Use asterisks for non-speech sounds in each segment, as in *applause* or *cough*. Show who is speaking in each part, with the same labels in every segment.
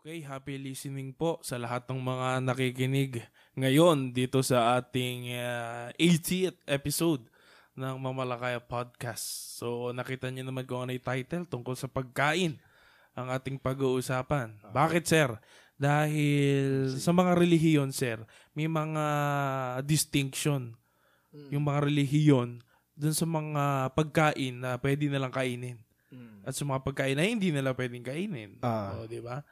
Speaker 1: Okay, happy listening po sa lahat ng mga nakikinig ngayon dito sa ating ah, 80th episode ng Mamalakaya Podcast. So, nakita niyo naman kung ano yung title tungkol sa pagkain ang ating pag-uusapan. Bakit, sir? Dahil sa mga relihiyon, sir, may mga distinction
Speaker 2: Hmm. Mm.
Speaker 1: yung mga relihiyon dun sa mga pagkain na pwede nalang kainin
Speaker 2: Mm.
Speaker 1: at sa mga pagkain na hindi nila pwedeng kainin.
Speaker 2: Ah.
Speaker 1: O, di ba?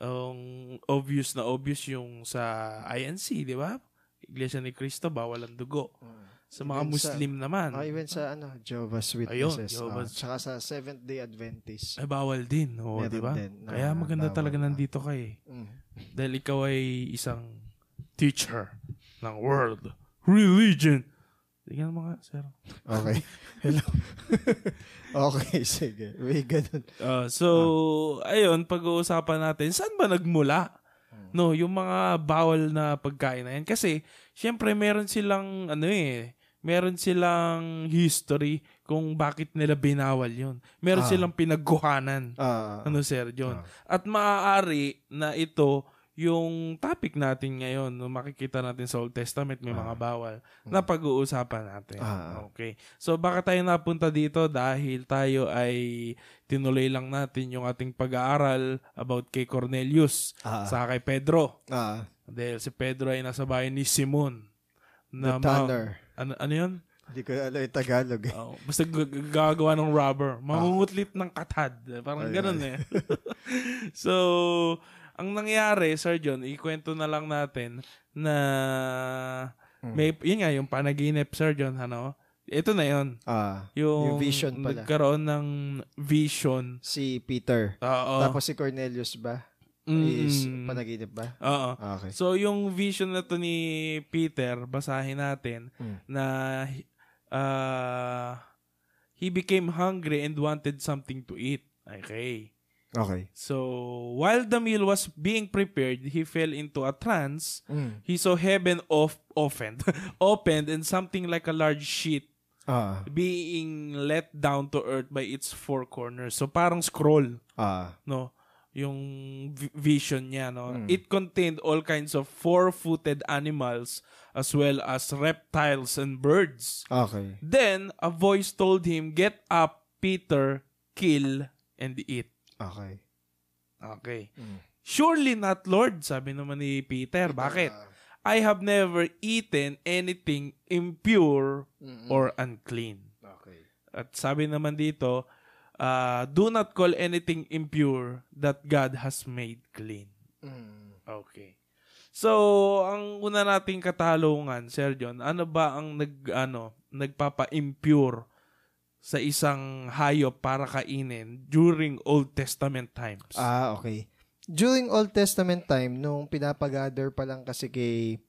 Speaker 1: Ang obvious na obvious yung sa INC, di ba? Iglesia ni Cristo, bawal ang dugo. Sa mga
Speaker 2: Even sa-
Speaker 1: Muslim naman,
Speaker 2: Ah, even sa ano, Jehovah's
Speaker 1: Ayun,
Speaker 2: Witnesses.
Speaker 1: Jehovah's-
Speaker 2: ah, tsaka sa Seventh-day Adventist.
Speaker 1: ay eh, bawal din. O,
Speaker 2: Meron
Speaker 1: di ba?
Speaker 2: din na
Speaker 1: Kaya maganda
Speaker 2: bawal
Speaker 1: talaga
Speaker 2: na.
Speaker 1: nandito ka eh.
Speaker 2: Mm.
Speaker 1: Dahil ikaw ay isang teacher ng world religion. Tingnan mo nga, sir. *laughs*
Speaker 2: Okay. Hello. *laughs* okay, sige. May ganun.
Speaker 1: Uh, so, ayun, pag-uusapan natin, saan ba nagmula? No, yung mga bawal na pagkain na yan. Kasi, syempre, meron silang, ano eh, meron silang history kung bakit nila binawal yun. Meron
Speaker 2: Ah.
Speaker 1: silang pinagkuhanan.
Speaker 2: Ah,
Speaker 1: ano, Sir John? At maaari na ito yung topic natin ngayon, no, makikita natin sa Old Testament, may mga bawal, na pag-uusapan natin.
Speaker 2: Hmm. Ah.
Speaker 1: Okay. So, baka tayo napunta dito dahil tayo ay tinuloy lang natin yung ating pag-aaral about kay Cornelius
Speaker 2: Ah.
Speaker 1: sa kay Pedro.
Speaker 2: ah,
Speaker 1: Dahil si Pedro ay nasa bahay ni Simon.
Speaker 2: the
Speaker 1: Na ma-
Speaker 2: tanner.
Speaker 1: ano, ano yun?
Speaker 2: Hindi ko alam yung Tagalog. eh.
Speaker 1: Oh, basta g- g- gagawa ng rubber. Mangungutlit ng katad. Parang
Speaker 2: Ay,
Speaker 1: ganun eh. *laughs* so, ang nangyari, Sir John, ikwento na lang natin na
Speaker 2: Hmm.
Speaker 1: may, yun nga, yung panaginip, Sir John, ano? Ito na yun.
Speaker 2: Ah,
Speaker 1: Yung,
Speaker 2: Yung vision pala.
Speaker 1: nagkaroon ng vision.
Speaker 2: si Peter.
Speaker 1: Oo.
Speaker 2: Tapos si Cornelius ba? Is
Speaker 1: Oh. Mm.
Speaker 2: panaginip ba?
Speaker 1: Oo.
Speaker 2: Ah, Okay.
Speaker 1: So, yung vision na to ni Peter, basahin natin,
Speaker 2: Mm.
Speaker 1: na uh, he became hungry and wanted something to eat. Okay.
Speaker 2: Okay.
Speaker 1: So, while the meal was being prepared, he fell into a trance.
Speaker 2: Mm.
Speaker 1: He saw heaven off, opened, *laughs* opened and something like a large sheet
Speaker 2: Ah,
Speaker 1: being let down to earth by its four corners. So, parang scroll
Speaker 2: ah,
Speaker 1: no yung vi- vision niya no
Speaker 2: Mm.
Speaker 1: it contained all kinds of four-footed animals as well as reptiles and birds
Speaker 2: okay.
Speaker 1: then a voice told him get up peter kill and eat
Speaker 2: Okay.
Speaker 1: okay
Speaker 2: Mm.
Speaker 1: surely not lord sabi naman ni
Speaker 2: *laughs*
Speaker 1: peter bakit
Speaker 2: Ah,
Speaker 1: i have never eaten anything impure
Speaker 2: mm,
Speaker 1: or unclean
Speaker 2: okay.
Speaker 1: At sabi naman dito, ah, do not call anything impure that God has made clean.
Speaker 2: Mm.
Speaker 1: Okay. So, ang una nating katalungan, Sir John, ano ba ang nag ano, nagpapa-impure sa isang hayop para kainin during Old Testament times?
Speaker 2: Ah, okay. During Old Testament time, nung pinapagather pa lang kasi kay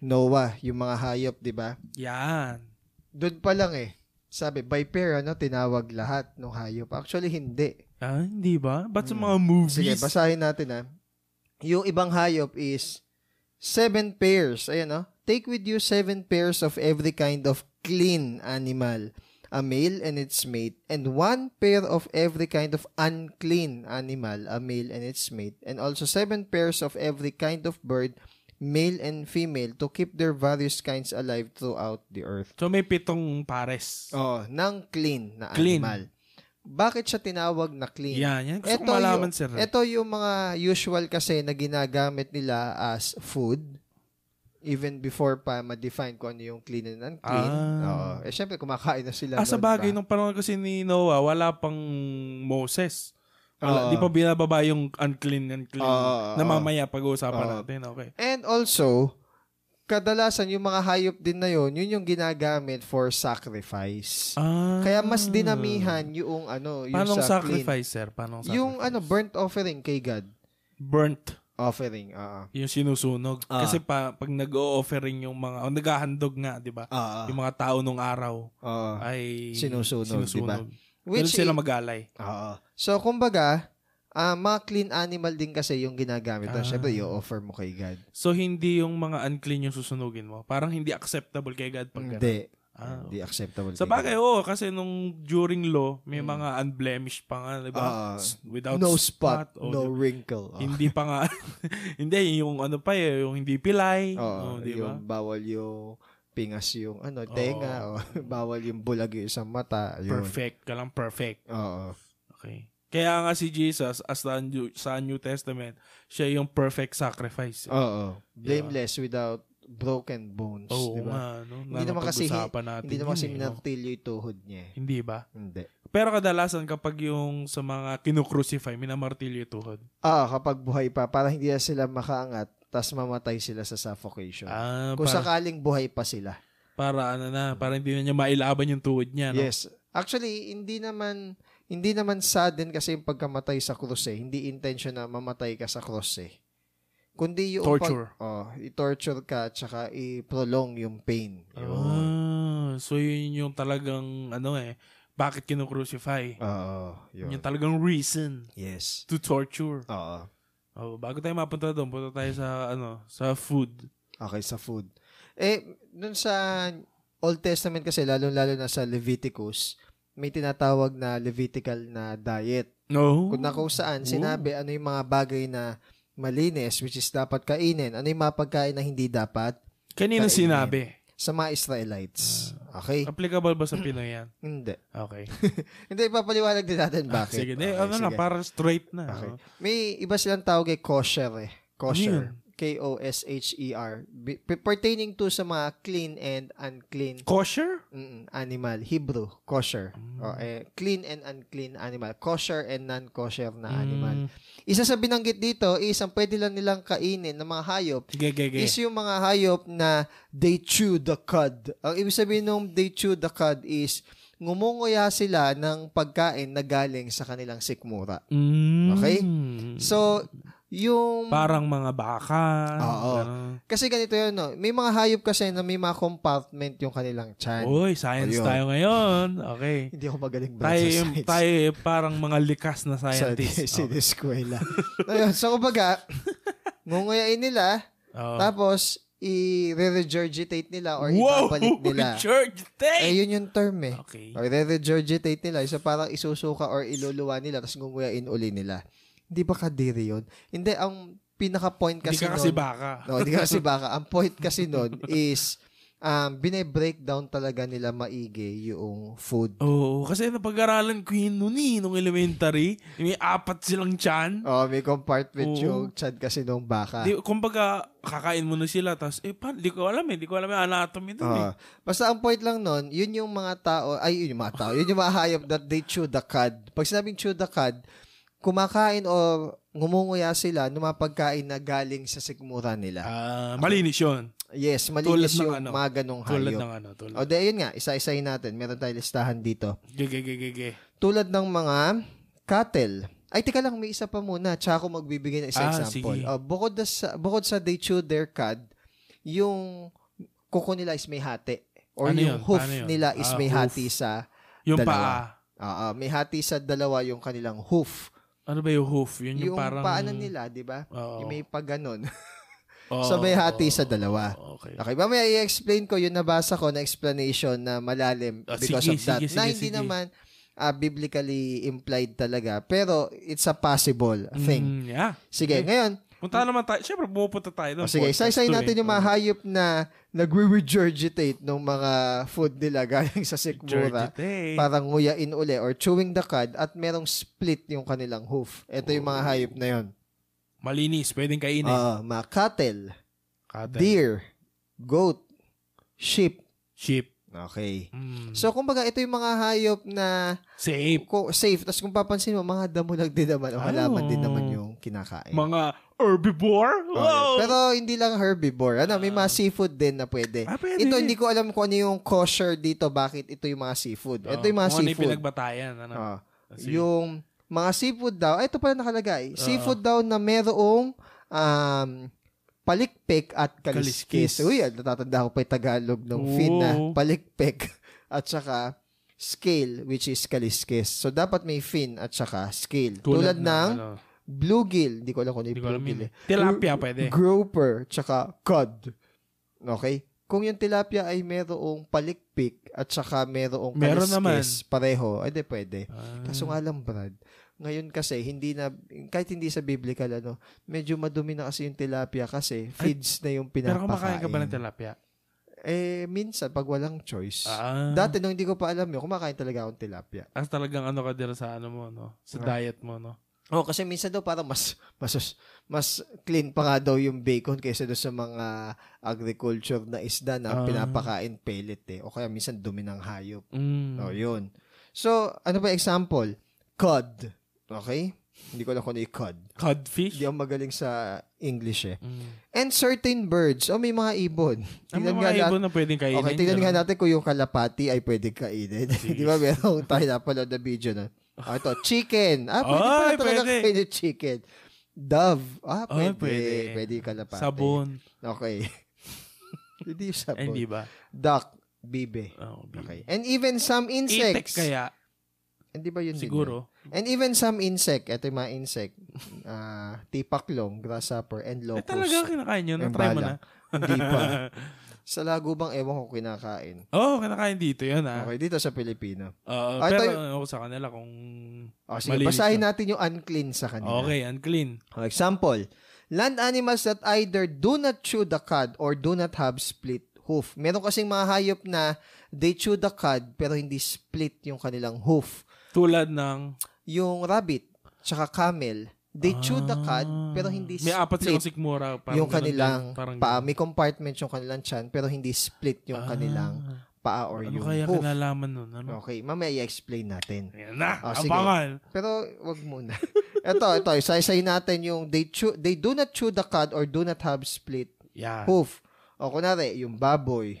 Speaker 2: Noah, yung mga hayop, di ba?
Speaker 1: Yan.
Speaker 2: Doon pa lang eh. Sabi, by pair, ano, tinawag lahat ng hayop. Actually, hindi.
Speaker 1: Ah, hindi ba? Ba't sa mga movies?
Speaker 2: Hmm. Sige, basahin natin ah. Yung ibang hayop is seven pairs. Ayan oh. Take with you seven pairs of every kind of clean animal, a male and its mate, and one pair of every kind of unclean animal, a male and its mate, and also seven pairs of every kind of bird, male and female, to keep their various kinds alive throughout the earth.
Speaker 1: So, may pitong pares.
Speaker 2: Oh, ng clean na
Speaker 1: Clean.
Speaker 2: animal. Bakit siya tinawag na clean?
Speaker 1: Yan, yan. Gusto ko
Speaker 2: Eto
Speaker 1: malaman,
Speaker 2: yung,
Speaker 1: Sir.
Speaker 2: Ito yung mga usual kasi na ginagamit nila as food even before pa ma-define kung ano yung clean and unclean.
Speaker 1: Ah.
Speaker 2: Oo. Eh, syempre, kumakain na sila.
Speaker 1: Ah, sa
Speaker 2: noon
Speaker 1: bagay,
Speaker 2: pa.
Speaker 1: nung panahon kasi ni Noah, wala pang Moses. Wala,
Speaker 2: Oo.
Speaker 1: di pa binababa yung unclean, unclean
Speaker 2: Oo,
Speaker 1: na
Speaker 2: oo.
Speaker 1: mamaya pag-uusapan
Speaker 2: Oo.
Speaker 1: natin. Okay.
Speaker 2: And also, kadalasan yung mga hayop din na yun, yun yung ginagamit for sacrifice.
Speaker 1: Ah,
Speaker 2: Kaya mas dinamihan yung ano, yung
Speaker 1: Paano
Speaker 2: sa clean.
Speaker 1: sacrifice, sir? Paano sacrifice?
Speaker 2: Yung ano, burnt offering kay God.
Speaker 1: burnt,
Speaker 2: Offering, oo.
Speaker 1: yung sinusunog.
Speaker 2: Ah.
Speaker 1: Kasi pa, pag nag-o-offering yung mga, o naghahandog nga, di ba?
Speaker 2: Ah,
Speaker 1: Yung mga tao nung araw
Speaker 2: oo.
Speaker 1: ay
Speaker 2: Sinusunog,
Speaker 1: sinusunog. Doon
Speaker 2: Which
Speaker 1: sila mag-alay.
Speaker 2: Oo. So, kumbaga, ah mga clean animal din kasi yung ginagamit.
Speaker 1: Ah.
Speaker 2: Tapos, syempre, i-offer mo kay God.
Speaker 1: So, hindi yung mga unclean yung susunugin mo. Parang hindi acceptable kay God pag ganun.
Speaker 2: Hindi.
Speaker 1: Ah,
Speaker 2: Hindi acceptable.
Speaker 1: Sa bagay, oh, oo. kasi nung during law, may
Speaker 2: Mm.
Speaker 1: mga unblemished pa nga, di ba?
Speaker 2: Ah,
Speaker 1: S- Without
Speaker 2: no spot,
Speaker 1: oh,
Speaker 2: no
Speaker 1: di-
Speaker 2: wrinkle. Oh.
Speaker 1: Hindi pa nga. *laughs* hindi, yung ano pa eh, yung hindi pilay. oh,
Speaker 2: Oo,
Speaker 1: di ba?
Speaker 2: yung bawal yung pingas yung ano, tenga, *laughs* oh. bawal yung bulag yung isang mata. Yun.
Speaker 1: Perfect. Ka lang perfect.
Speaker 2: Oo.
Speaker 1: Okay. Kaya nga si Jesus, as sa New, sa New Testament, siya yung perfect sacrifice.
Speaker 2: Oo. Blameless without broken bones.
Speaker 1: Oo
Speaker 2: Oh, di ba?
Speaker 1: nga, no?
Speaker 2: Hindi naman kasi-
Speaker 1: Napag-usapan natin
Speaker 2: Hindi naman
Speaker 1: yun
Speaker 2: kasi
Speaker 1: eh, no?
Speaker 2: minartilyo yung tuhod niya. eh.
Speaker 1: Hindi ba?
Speaker 2: Hindi.
Speaker 1: Pero kadalasan kapag yung sa mga kinukrucify, minamartilyo yung tuhod.
Speaker 2: Ah, kapag buhay pa, para hindi na sila makaangat, tas mamatay sila sa suffocation.
Speaker 1: Ah,
Speaker 2: Kung
Speaker 1: para,
Speaker 2: sakaling buhay pa sila.
Speaker 1: para ano na, para hindi na niya mailaban yung tuhod niya, no?
Speaker 2: Yes. Actually, hindi naman hindi naman sudden kasi yung pagkamatay sa cross eh. Hindi intention na mamatay ka sa cross eh. Kundi yung pag-
Speaker 1: Torture.
Speaker 2: oh, i-torture ka at saka i-prolong yung pain. Yun.
Speaker 1: Ah, so yun yung talagang ano eh, bakit kinukrucify.
Speaker 2: Oo, yun.
Speaker 1: Yun yung talagang reason
Speaker 2: Yes.
Speaker 1: to torture.
Speaker 2: Oo.
Speaker 1: Oh, bago tayo mapunta doon, punta tayo sa ano, sa food.
Speaker 2: Okay, sa food. Eh, dun sa Old Testament kasi, lalong-lalo na sa Leviticus, may tinatawag na Levitical na diet.
Speaker 1: No.
Speaker 2: Kung na kung saan,
Speaker 1: Oo.
Speaker 2: sinabi ano yung mga bagay na malinis, which is dapat kainin. Ano yung mga pagkain na hindi dapat
Speaker 1: Kanina
Speaker 2: Kainin. Eh.
Speaker 1: sinabi.
Speaker 2: sa mga Israelites.
Speaker 1: Ah.
Speaker 2: Okay?
Speaker 1: Applicable ba sa Pinoy yan?
Speaker 2: Hindi.
Speaker 1: *laughs* Okay.
Speaker 2: Hindi, ipapaliwanag din natin bakit.
Speaker 1: Sige, di,
Speaker 2: Okay,
Speaker 1: ano lang,
Speaker 2: sige.
Speaker 1: para straight na.
Speaker 2: Okay.
Speaker 1: no?
Speaker 2: May iba silang tawag eh, kosher eh.
Speaker 1: Ano
Speaker 2: Kosher.
Speaker 1: yun?
Speaker 2: K-O-S-H-E-R. E Bi- Pertaining to sa mga clean and unclean
Speaker 1: Kosher?
Speaker 2: Mm, animal, Hebrew, kosher.
Speaker 1: Mm.
Speaker 2: O, eh, clean and unclean animal. Kosher and non-kosher na animal.
Speaker 1: Mm.
Speaker 2: Isa sa binanggit dito is ang pwede lang nilang kainin ng mga hayop
Speaker 1: Ge, ge, ge.
Speaker 2: is yung mga hayop na they chew the cud. Ang ibig sabihin nung they chew the cud is ngumunguya sila ng pagkain na galing sa kanilang sikmura.
Speaker 1: Mm.
Speaker 2: Okay? So, yung...
Speaker 1: parang mga baka.
Speaker 2: Oo.
Speaker 1: ganun.
Speaker 2: kasi ganito yun, no? May mga hayop kasi na may mga compartment yung kanilang chan.
Speaker 1: Uy, science
Speaker 2: Ayun.
Speaker 1: tayo ngayon. Okay.
Speaker 2: Hindi ako magaling
Speaker 1: Oh.
Speaker 2: bro
Speaker 1: Tayo,
Speaker 2: sa
Speaker 1: yung-
Speaker 2: science.
Speaker 1: tayo eh, parang mga likas na
Speaker 2: *laughs*
Speaker 1: scientist.
Speaker 2: Sa, sa eskwela. Ayun, so kumbaga,
Speaker 1: *laughs*
Speaker 2: ngunguyain nila,
Speaker 1: Oo.
Speaker 2: tapos i-regurgitate nila or
Speaker 1: Wow! *laughs*
Speaker 2: ipapalit nila.
Speaker 1: Church
Speaker 2: Eh,
Speaker 1: day!
Speaker 2: yun yung term eh.
Speaker 1: Okay.
Speaker 2: Or regurgitate nila. Isa parang isusuka or iluluwa nila tapos gunguyain uli nila. Hindi ba kadiri yun? Hindi, ang pinaka-point
Speaker 1: Hindi
Speaker 2: kasi
Speaker 1: ka kasi
Speaker 2: nun-
Speaker 1: baka.
Speaker 2: No, hindi ka
Speaker 1: *laughs*
Speaker 2: kasi baka. Ang point kasi nun is um, bine-breakdown talaga nila maigi yung food.
Speaker 1: Oo, kasi napag-aralan ko yun noon eh, nung elementary. May apat silang chan.
Speaker 2: Oh, may compartment
Speaker 1: Oo.
Speaker 2: yung chad kasi nung baka.
Speaker 1: Di, kumbaga, kakain mo na sila, tapos, eh, pa, di ko alam eh, di ko alam yung anatomy dun eh.
Speaker 2: Ah, basta ang point lang nun, yun yung mga tao, ay yun yung mga tao, yun yung mga hayop that they chew the cud. Pag sinabing chew the cud, kumakain o ngumunguya sila ng mga pagkain na galing sa sigmura nila.
Speaker 1: Ah, malinis yun.
Speaker 2: Yes,
Speaker 1: Tulad
Speaker 2: malinis
Speaker 1: ng
Speaker 2: yung
Speaker 1: ano,
Speaker 2: mga ganong
Speaker 1: Tulad
Speaker 2: hayop.
Speaker 1: ng ano, tulad.
Speaker 2: O, di, ayun nga, isa-isahin natin. Meron tayong listahan dito.
Speaker 1: Gege, gege, gege.
Speaker 2: Tulad ng mga cattle. Ay, teka lang, may isa pa muna. Tsaka ako magbibigay ng isa
Speaker 1: Ah,
Speaker 2: example.
Speaker 1: sige.
Speaker 2: O, bukod, na sa, bukod sa they chew their cud, yung kuko nila is may hati. Or
Speaker 1: Ano
Speaker 2: yung
Speaker 1: yun?
Speaker 2: hoof
Speaker 1: Paano yun?
Speaker 2: nila is
Speaker 1: Ah,
Speaker 2: may
Speaker 1: hoof.
Speaker 2: hati sa
Speaker 1: Yung
Speaker 2: Dalawa.
Speaker 1: paa.
Speaker 2: Oo, may hati sa dalawa yung kanilang hoof.
Speaker 1: Ano ba yung hoof? Yun yung,
Speaker 2: Yung,
Speaker 1: parang... Oh.
Speaker 2: paano nila, di ba?
Speaker 1: Oo.
Speaker 2: Yung may pagganon.
Speaker 1: Oo.
Speaker 2: so may hati sa dalawa.
Speaker 1: Okay.
Speaker 2: *laughs* Okay, mamaya i-explain ko yung nabasa ko na explanation na malalim
Speaker 1: Ah,
Speaker 2: because
Speaker 1: sige,
Speaker 2: of that.
Speaker 1: sige,
Speaker 2: na
Speaker 1: sige,
Speaker 2: hindi
Speaker 1: sige.
Speaker 2: naman ah, biblically implied talaga. Pero it's a possible thing.
Speaker 1: Mm, yeah.
Speaker 2: Sige,
Speaker 1: Okay.
Speaker 2: ngayon,
Speaker 1: Punta naman tayo. Siyempre, pumupunta tayo doon.
Speaker 2: o Oh, sige,
Speaker 1: Podcast
Speaker 2: isa-isayin
Speaker 1: to,
Speaker 2: natin
Speaker 1: eh.
Speaker 2: yung mga hayop na nagre-regurgitate ng mga food nila *laughs* galing sa sikmura.
Speaker 1: Georgia Tech.
Speaker 2: parang nguyain uli or chewing the cud at merong split yung kanilang hoof. Ito yung
Speaker 1: Oh.
Speaker 2: mga hayop na yun.
Speaker 1: Malinis, pwedeng kainin.
Speaker 2: Ah, mga cattle,
Speaker 1: eh. Cattle.
Speaker 2: deer, goat, sheep.
Speaker 1: Sheep.
Speaker 2: Okay.
Speaker 1: Mm.
Speaker 2: So, kumbaga, ito yung mga hayop na
Speaker 1: Safe.
Speaker 2: ko, safe. Tapos kung papansin mo, mga damo lang din naman o halaman
Speaker 1: Oh.
Speaker 2: din naman yung kinakain.
Speaker 1: Mga herbivore. Wow.
Speaker 2: Okay. Pero hindi lang herbivore. Ano, may mga seafood din na pwede.
Speaker 1: Ah, pwede.
Speaker 2: Ito, hindi ko alam kung ano yung kosher dito, bakit ito yung mga seafood.
Speaker 1: Oo,
Speaker 2: Ito Oh, yung mga
Speaker 1: kung ano
Speaker 2: seafood.
Speaker 1: pinagbatayan. Ano?
Speaker 2: Ah.
Speaker 1: Kasi-
Speaker 2: Yung mga seafood daw, ay, ito pala nakalagay,
Speaker 1: Oo.
Speaker 2: seafood daw na merong um, palikpik at
Speaker 1: Kaliskis.
Speaker 2: kaliskis. Uy, ah, natatanda ko pa yung Tagalog ng fin na
Speaker 1: Oo.
Speaker 2: palikpik *laughs* at saka scale which is kaliskis. So, dapat may fin at saka scale. Tulad, ng,
Speaker 1: ano,
Speaker 2: bluegill. Hindi ko alam kung ano
Speaker 1: Hindi
Speaker 2: yung
Speaker 1: ko alam
Speaker 2: bluegill.
Speaker 1: yun.
Speaker 2: eh.
Speaker 1: Tilapia pwede.
Speaker 2: Grouper, tsaka cod. Okay? Kung yung tilapia ay merong palikpik at saka merong
Speaker 1: Meron naman.
Speaker 2: kaliskis, pareho, ay di pwede.
Speaker 1: Ah.
Speaker 2: Kaso nga lang, Brad, ngayon kasi, hindi na, kahit hindi sa biblical, ano, medyo madumi na kasi yung tilapia kasi feeds na yung pinapakain.
Speaker 1: Pero kumakain ka ba ng tilapia?
Speaker 2: Eh, minsan, pag walang choice.
Speaker 1: Ah.
Speaker 2: Dati, nung hindi ko pa alam yun, kumakain talaga akong tilapia.
Speaker 1: As talagang ano ka dira sa ano mo, no? Sa
Speaker 2: Ah.
Speaker 1: diet mo, no?
Speaker 2: Oh, kasi minsan daw parang mas, *laughs* mas, mas clean pa nga daw yung bacon kaysa doon sa mga agriculture na isda
Speaker 1: Ah.
Speaker 2: na pinapakain pellet eh. O kaya minsan dumi ng hayop.
Speaker 1: Mm.
Speaker 2: Oh, yun. So, ano ba example? Cod. Okay? Hindi ko alam kung ano yung cod.
Speaker 1: Codfish?
Speaker 2: Hindi ako magaling sa English eh.
Speaker 1: Mm.
Speaker 2: And certain birds. O, may mga ibon.
Speaker 1: Ang
Speaker 2: Tingnan
Speaker 1: mga
Speaker 2: nga natin.
Speaker 1: ibon na pwedeng kainin.
Speaker 2: Okay, tingnan
Speaker 1: ganun.
Speaker 2: nga natin kung yung kalapati ay pwede kainin. *laughs*
Speaker 1: Jeez.
Speaker 2: Di ba merong tayo napanood na video na? Ah, ito, chicken. Ah, pwede
Speaker 1: Ay,
Speaker 2: pala talaga
Speaker 1: pwede.
Speaker 2: kainin chicken. Dove. Ah,
Speaker 1: Ay,
Speaker 2: pwede.
Speaker 1: pwede.
Speaker 2: pwede. yung kalapati.
Speaker 1: Sabon.
Speaker 2: Okay. *laughs* Hindi yung
Speaker 1: Eh,
Speaker 2: sabon.
Speaker 1: Hindi ba?
Speaker 2: Duck. Bibe.
Speaker 1: Oh,
Speaker 2: Okay. And even some
Speaker 1: Insects.
Speaker 2: insects.
Speaker 1: kaya,
Speaker 2: Hindi ba yun din yun?
Speaker 1: siguro.
Speaker 2: And even some insect, ito yung mga insect, ah, tipaklong, grasshopper, and
Speaker 1: Eh,
Speaker 2: locust.
Speaker 1: talaga kinakain yun.
Speaker 2: Yung
Speaker 1: Na-try mo na.
Speaker 2: bala. Hindi
Speaker 1: *laughs*
Speaker 2: pa. Sa lagubang ewan ko kinakain.
Speaker 1: Oo, oh, kinakain dito yun, ha?
Speaker 2: Okay, dito sa Pilipino.
Speaker 1: Oo,
Speaker 2: Ah, ito
Speaker 1: pero
Speaker 2: yung-
Speaker 1: ano ko sa kanila kung...
Speaker 2: O, sige,
Speaker 1: Malinis
Speaker 2: basahin natin yung unclean sa kanila.
Speaker 1: Okay, unclean.
Speaker 2: For example, land animals that either do not chew the cud or do not have split hoof. Meron kasing mga hayop na they chew the cud pero hindi split yung kanilang hoof.
Speaker 1: Tulad ng...
Speaker 2: Yung rabbit, tsaka camel, they chew the cud pero hindi
Speaker 1: ah, May apat
Speaker 2: split.
Speaker 1: silang sigmura. Parang
Speaker 2: yung
Speaker 1: ganun
Speaker 2: kanilang
Speaker 1: din, parang
Speaker 2: paa.
Speaker 1: ganun.
Speaker 2: May compartment yung kanilang chan, pero hindi split yung
Speaker 1: Ah,
Speaker 2: kanilang paa or
Speaker 1: Ano
Speaker 2: yung
Speaker 1: kaya
Speaker 2: hoof.
Speaker 1: kinalaman nun? Ano?
Speaker 2: Okay, mamaya i-explain natin.
Speaker 1: Yan na,
Speaker 2: Ah, sige.
Speaker 1: abangan.
Speaker 2: Pero wag muna. *laughs* ito, ito, isaysay natin yung they, chew, they do not chew the cud or do not have split
Speaker 1: Yan.
Speaker 2: hoof. O kunwari, yung baboy.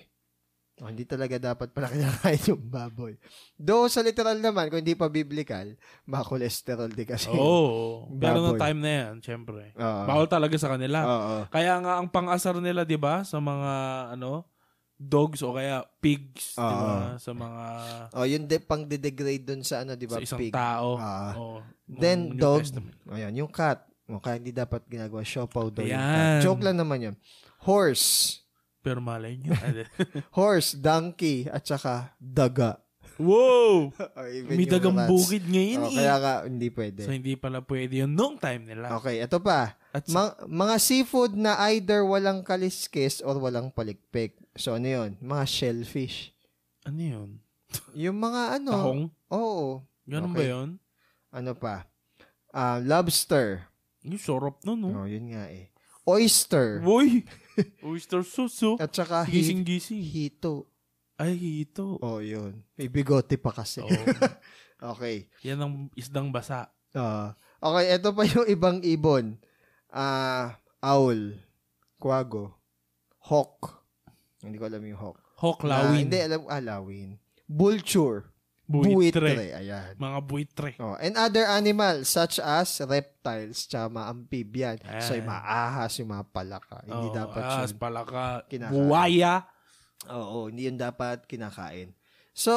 Speaker 2: O, hindi talaga dapat pala kinakain yung baboy. Though sa literal naman, kung hindi pa biblical, makolesterol di kasi.
Speaker 1: *laughs* Oo. Oh, pero
Speaker 2: Baboy.
Speaker 1: nung time na yan, syempre.
Speaker 2: Oo.
Speaker 1: Bawal talaga sa kanila.
Speaker 2: Oo.
Speaker 1: Kaya nga ang pang-asar nila, 'di ba, sa mga ano, dogs o kaya pigs, 'di ba, sa mga
Speaker 2: O, yun de, pang degrade dun sa ano, Ah. di ba?
Speaker 1: sa isang
Speaker 2: pig.
Speaker 1: tao.
Speaker 2: Ah.
Speaker 1: Oo. Nung
Speaker 2: Then,
Speaker 1: New
Speaker 2: dog.
Speaker 1: Testament.
Speaker 2: Ayan, yung cat. O, kaya hindi dapat ginagawa siopaw daw yung
Speaker 1: Ayan.
Speaker 2: cat. Joke lang naman yun. Horse.
Speaker 1: Pero malay *laughs* niyo.
Speaker 2: Horse, donkey, at saka daga.
Speaker 1: wow!
Speaker 2: *laughs* Or even
Speaker 1: May
Speaker 2: yung
Speaker 1: dagang
Speaker 2: rats.
Speaker 1: bukid ngayon
Speaker 2: O,
Speaker 1: eh.
Speaker 2: Oh, kaya ka, hindi
Speaker 1: So,
Speaker 2: pwede.
Speaker 1: hindi pala pwede yun nung time nila.
Speaker 2: Okay, ito pa.
Speaker 1: At sa-
Speaker 2: Ma- mga seafood na either walang kaliskis or walang palikpik. So, ano yun? Mga shellfish.
Speaker 1: ano yun?
Speaker 2: Yung mga ano.
Speaker 1: Tahong?
Speaker 2: Oo.
Speaker 1: Ganun
Speaker 2: Okay.
Speaker 1: ba yun?
Speaker 2: Ano pa? Ah, lobster.
Speaker 1: Yung sorop nun, no?
Speaker 2: Oh, yun nga eh. Oyster. *laughs*
Speaker 1: Uy! Oyster sauce, oh.
Speaker 2: At saka Ah, hi-
Speaker 1: Gising-gising.
Speaker 2: hito.
Speaker 1: Ay, ito.
Speaker 2: Oh, yun. May bigote pa kasi.
Speaker 1: Oo.
Speaker 2: Okay.
Speaker 1: Yan ang isdang basa.
Speaker 2: Ah, okay, ito pa yung *laughs* ibang ibon. Ah, owl, quago, hawk. Hindi ko alam yung hawk. Ah,
Speaker 1: Hoklawin.
Speaker 2: hindi, alam ko alawin. Vulture.
Speaker 1: buitre.
Speaker 2: Ayan.
Speaker 1: Mga buitre.
Speaker 2: Oh, and other animals such as reptiles, tsaka mga amphibian.
Speaker 1: Ayan.
Speaker 2: So, yung mga ahas, yung mga palaka. Hindi
Speaker 1: Ah. Oo,
Speaker 2: dapat
Speaker 1: ahas,
Speaker 2: yun.
Speaker 1: palaka,
Speaker 2: kinakain.
Speaker 1: buwaya.
Speaker 2: Oo, hindi yun dapat kinakain. So,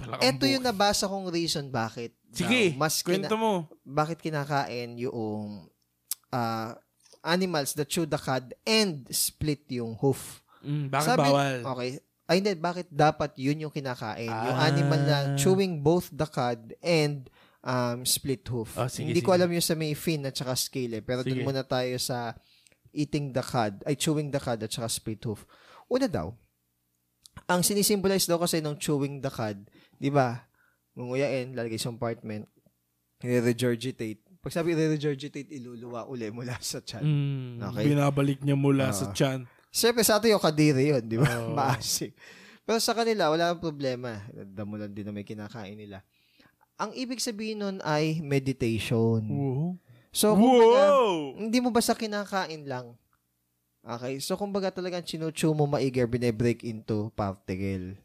Speaker 1: Palakang
Speaker 2: ito
Speaker 1: buhay.
Speaker 2: yung nabasa kong reason bakit.
Speaker 1: Sige,
Speaker 2: daw mas kina-
Speaker 1: Kwento mo.
Speaker 2: bakit kinakain yung ah, animals that chew the cud and split yung hoof.
Speaker 1: Mm, bakit
Speaker 2: Sabi- Oh.
Speaker 1: bawal?
Speaker 2: Okay. Ay, hindi. Bakit dapat yun yung kinakain? Yung
Speaker 1: Ah.
Speaker 2: animal na chewing both the cud and um, split hoof.
Speaker 1: Oh, sige,
Speaker 2: hindi ko
Speaker 1: sige.
Speaker 2: alam yung sa may fin at saka scale eh, Pero
Speaker 1: Sige.
Speaker 2: dun muna tayo sa eating the cud, ay chewing the cud at saka split hoof. Una daw, ang sinisimbolize daw kasi ng chewing the cud, di ba? Munguyain, lalagay sa compartment, re-regurgitate. Pag sabi re-regurgitate, iluluwa uli mula sa chan.
Speaker 1: Mm,
Speaker 2: Okay.
Speaker 1: Binabalik niya mula
Speaker 2: Ah.
Speaker 1: sa chan.
Speaker 2: Siyempre sa atin yung kadiri yun, di ba? *laughs*
Speaker 1: Oo.
Speaker 2: Maasik. Pero sa kanila, wala kang problema. Damo lang din na may kinakain nila. Ang ibig sabihin nun ay meditation.
Speaker 1: Wow.
Speaker 2: Mm. So, kumbaga,
Speaker 1: Wow!
Speaker 2: hindi mo basta kinakain lang. Okay? So, kumbaga talagang chinuchew mo maigi or binebreak into particle.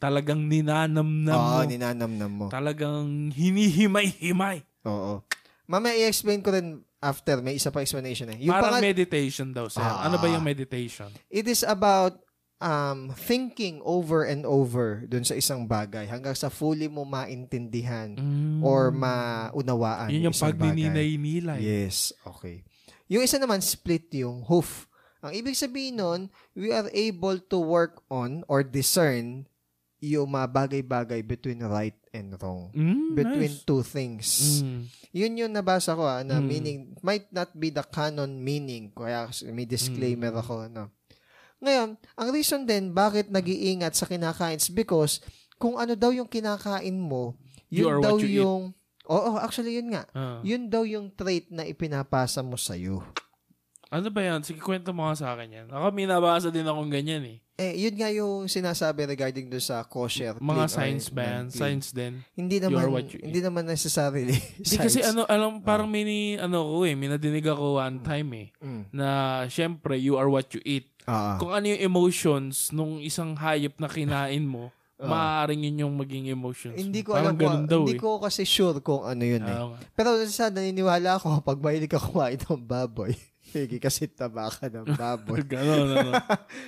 Speaker 1: Talagang ninanamnam
Speaker 2: Oo,
Speaker 1: mo.
Speaker 2: ninanamnam mo.
Speaker 1: Talagang hinihimay-himay.
Speaker 2: Oo. Mamaya i-explain ko rin after. May isa pa explanation eh. Yung
Speaker 1: Parang
Speaker 2: pangat-
Speaker 1: meditation daw, sir.
Speaker 2: Ah.
Speaker 1: Ano ba yung meditation?
Speaker 2: it is about um, thinking over and over dun sa isang bagay hanggang sa fully mo maintindihan
Speaker 1: Mm.
Speaker 2: or maunawaan
Speaker 1: Yun yung eh.
Speaker 2: isang bagay.
Speaker 1: pagnininay-nilay.
Speaker 2: Yes, okay. Yung isa naman, split yung hoof. Ang ibig sabihin nun, we are able to work on or discern yung mga bagay-bagay between right and wrong.
Speaker 1: Mm,
Speaker 2: Between
Speaker 1: nice.
Speaker 2: two things.
Speaker 1: Mm.
Speaker 2: Yun yung nabasa ko ah, na
Speaker 1: Mm.
Speaker 2: meaning, might not be the canon meaning. Kaya may disclaimer
Speaker 1: Hmm.
Speaker 2: ako. No? Ngayon, ang reason din bakit nag-iingat sa kinakain is because kung ano daw yung kinakain mo,
Speaker 1: You
Speaker 2: yun
Speaker 1: are
Speaker 2: daw
Speaker 1: what you eat.
Speaker 2: yung... Oo, actually yun nga.
Speaker 1: Ah.
Speaker 2: Yun daw yung trait na ipinapasa mo sa'yo.
Speaker 1: Ano ba yan? Sige, kwento mo nga sa akin yan. Ako, may nabasa din akong ganyan eh.
Speaker 2: Eh, yun nga yung sinasabi regarding doon sa kosher.
Speaker 1: Mga
Speaker 2: clean or
Speaker 1: science ba yan?
Speaker 2: non-clean.
Speaker 1: Science din.
Speaker 2: Hindi
Speaker 1: You
Speaker 2: naman,
Speaker 1: are what you eat.
Speaker 2: hindi naman necessarily *laughs*
Speaker 1: Hindi
Speaker 2: science.
Speaker 1: kasi ano, alam,
Speaker 2: Ah.
Speaker 1: parang may ni, ano ko eh, may nadinig ako one time eh,
Speaker 2: Mm.
Speaker 1: na syempre, you are what you eat.
Speaker 2: Ah,
Speaker 1: Kung ano yung emotions nung isang hayop na kinain mo,
Speaker 2: *laughs* Ah.
Speaker 1: maaaring yun yung maging emotions. mo.
Speaker 2: hindi ko
Speaker 1: parang
Speaker 2: alam
Speaker 1: ganun
Speaker 2: kung,
Speaker 1: daw
Speaker 2: hindi
Speaker 1: eh.
Speaker 2: ko kasi sure kung ano yun eh.
Speaker 1: Ah, nga.
Speaker 2: Pero sa naniniwala ako, pag mahilig ka kumain ng baboy, *laughs* sige kasi taba ka ng
Speaker 1: *laughs*
Speaker 2: baboy.
Speaker 1: Pag ganun, ano.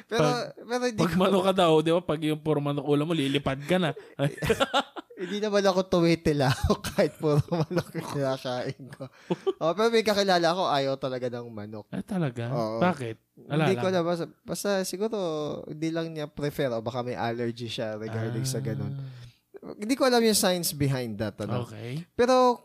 Speaker 2: Pero,
Speaker 1: Pag-
Speaker 2: pero *laughs* hindi,
Speaker 1: Pag
Speaker 2: ko-
Speaker 1: manok ka daw, di ba? Pag yung puro manok ulam mo, lilipad ka na.
Speaker 2: hindi naman ako tuwitila ako *laughs* kahit puro manok yung kinakain
Speaker 1: *laughs*
Speaker 2: ko. Oh, pero may kakilala ko, ayaw talaga ng manok.
Speaker 1: ah, talaga?
Speaker 2: Oo.
Speaker 1: Bakit? Wala
Speaker 2: hindi ko
Speaker 1: lang.
Speaker 2: na basta, basta siguro hindi lang niya prefer o baka may allergy siya regarding sa ganun. Hindi ko alam yung science behind that.
Speaker 1: Ah,
Speaker 2: Ano?
Speaker 1: Okay.
Speaker 2: Pero,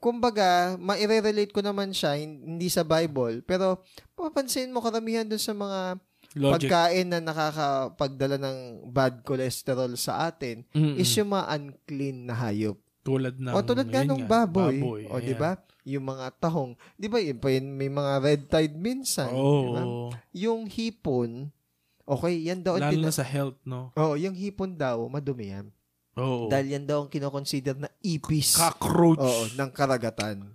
Speaker 2: kumbaga, maire-relate ko naman siya, hin- hindi sa Bible, pero papansin mo karamihan dun sa mga
Speaker 1: Logic.
Speaker 2: pagkain na nakakapagdala ng bad cholesterol sa atin
Speaker 1: Mm-mm.
Speaker 2: is yung mga unclean na hayop.
Speaker 1: tulad ng
Speaker 2: o tulad nga
Speaker 1: yun
Speaker 2: nung baboy. o
Speaker 1: ayan.
Speaker 2: di ba? Yung mga tahong. Di ba yun pa yun, may mga red tide minsan.
Speaker 1: Oo.
Speaker 2: di ba? Yung hipon, okay, yan daw. ang
Speaker 1: Lalo na
Speaker 2: tina-
Speaker 1: sa health, no?
Speaker 2: oh, yung hipon daw, madumi yan.
Speaker 1: Oo.
Speaker 2: Dahil yan daw ang kinoconsider na ipis.
Speaker 1: Cockroach.
Speaker 2: Oo, ng karagatan.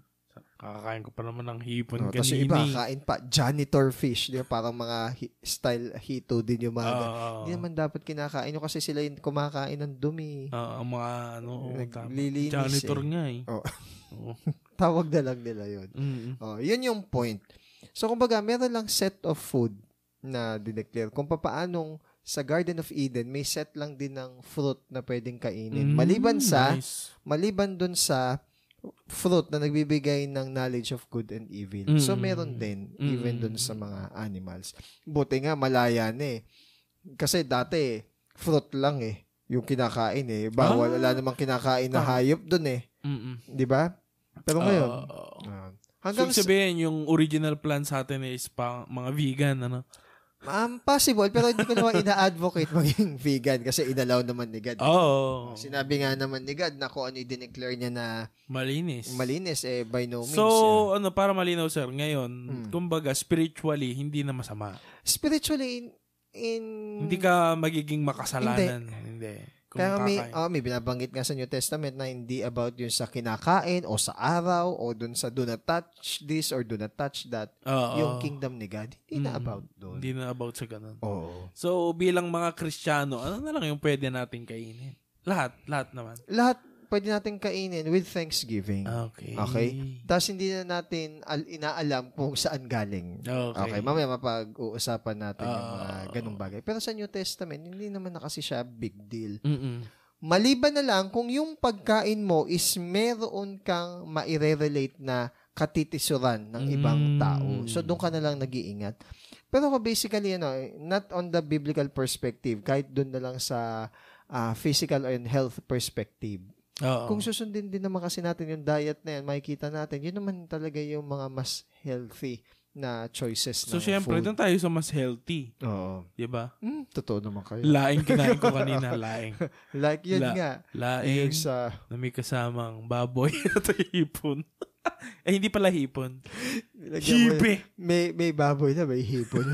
Speaker 1: Kakakain ko pa naman ng hipon kanina.
Speaker 2: Oh,
Speaker 1: eh.
Speaker 2: Tapos yung iba, kain pa, janitor fish. Di ba? Parang mga hi- style hito din yung mga ganun.
Speaker 1: Oo.
Speaker 2: Hindi naman dapat kinakain nyo kasi sila yung kumakain ng dumi.
Speaker 1: Oo, ang mga ano, oo, tama.
Speaker 2: Naglilinis
Speaker 1: janitor
Speaker 2: eh.
Speaker 1: nga eh.
Speaker 2: Oo.
Speaker 1: Oo.
Speaker 2: Tawag na lang nila yun.
Speaker 1: Mm-mm.
Speaker 2: Oh, yun yung point. So, kumbaga, meron lang set of food na dineclare. Kung papaanong sa Garden of Eden, may set lang din ng fruit na pwedeng
Speaker 1: Mm,
Speaker 2: kainin. Maliban sa,
Speaker 1: nice.
Speaker 2: maliban dun sa fruit na nagbibigay ng knowledge of good and evil.
Speaker 1: Mm.
Speaker 2: So, meron din,
Speaker 1: Mm.
Speaker 2: even dun sa mga animals. Buti nga, malaya na eh. Kasi dati, fruit lang eh. Yung kinakain eh.
Speaker 1: Ah.
Speaker 2: Bawal, wala namang kinakain na
Speaker 1: Tama.
Speaker 2: hayop dun eh.
Speaker 1: Mm-mm.
Speaker 2: Di ba? Pero ngayon,
Speaker 1: Oo.
Speaker 2: ah,
Speaker 1: So,
Speaker 2: hanggang
Speaker 1: ibig sabihin, yung original plan sa atin is pa, mga vegan, ano?
Speaker 2: Um, possible, pero hindi ko naman *laughs* ina-advocate maging vegan kasi inalaw naman ni
Speaker 1: Ah.
Speaker 2: God.
Speaker 1: Oo.
Speaker 2: Sinabi nga naman ni God na kung ano yung dineclare niya na
Speaker 1: Malinis.
Speaker 2: malinis, eh, by no means.
Speaker 1: So, ano, para malinaw, sir, ngayon,
Speaker 2: Mm.
Speaker 1: kumbaga, spiritually, hindi na masama.
Speaker 2: eh. spiritually, in, in
Speaker 1: Hindi ka magiging makasalanan. Hindi. Kung
Speaker 2: Hmm. kaya may,
Speaker 1: kakain.
Speaker 2: oh, may binabanggit nga sa New Testament na hindi about yun sa kinakain o sa araw o dun sa do not touch this or do not touch that.
Speaker 1: Oo.
Speaker 2: Yung kingdom ni God, hindi na
Speaker 1: Mm.
Speaker 2: about dun.
Speaker 1: Hindi na about sa ganun.
Speaker 2: Oo.
Speaker 1: So, bilang mga Kristiyano, ano na lang yung pwede natin kainin? Lahat, lahat naman.
Speaker 2: Lahat pwede natin kainin with thanksgiving.
Speaker 1: Okay.
Speaker 2: Okay. Tapos hindi na natin al- inaalam kung saan galing.
Speaker 1: Okay.
Speaker 2: Okay, mamaya mapag-uusapan natin yung mga
Speaker 1: Ah.
Speaker 2: ganung bagay. Pero sa New Testament, hindi naman na kasi siya big deal.
Speaker 1: Mm-mm.
Speaker 2: Maliban na lang kung yung pagkain mo is meron kang maire-relate na katitisuran ng ibang
Speaker 1: Mm.
Speaker 2: tao. So, doon ka na lang nag-iingat. Pero ako basically, ano, not on the biblical perspective, kahit doon na lang sa ah, physical and health perspective,
Speaker 1: Oo.
Speaker 2: kung susundin din naman kasi natin yung diet na yan, makikita natin, yun naman talaga yung mga mas healthy na choices
Speaker 1: so,
Speaker 2: ng
Speaker 1: syempre,
Speaker 2: food.
Speaker 1: doon tayo sa mas healthy.
Speaker 2: Oo.
Speaker 1: Di ba?
Speaker 2: Hmm, totoo naman kayo.
Speaker 1: Laing kinain ko kanina.
Speaker 2: *laughs*
Speaker 1: Laing.
Speaker 2: like, yun
Speaker 1: La-
Speaker 2: nga.
Speaker 1: Laing
Speaker 2: Yung sa,
Speaker 1: na may kasamang baboy *laughs* at hipon. *laughs* eh, hindi pala hipon.
Speaker 2: lagyan mo-
Speaker 1: Hibe!
Speaker 2: may, may baboy na, may
Speaker 1: *laughs*
Speaker 2: hipon.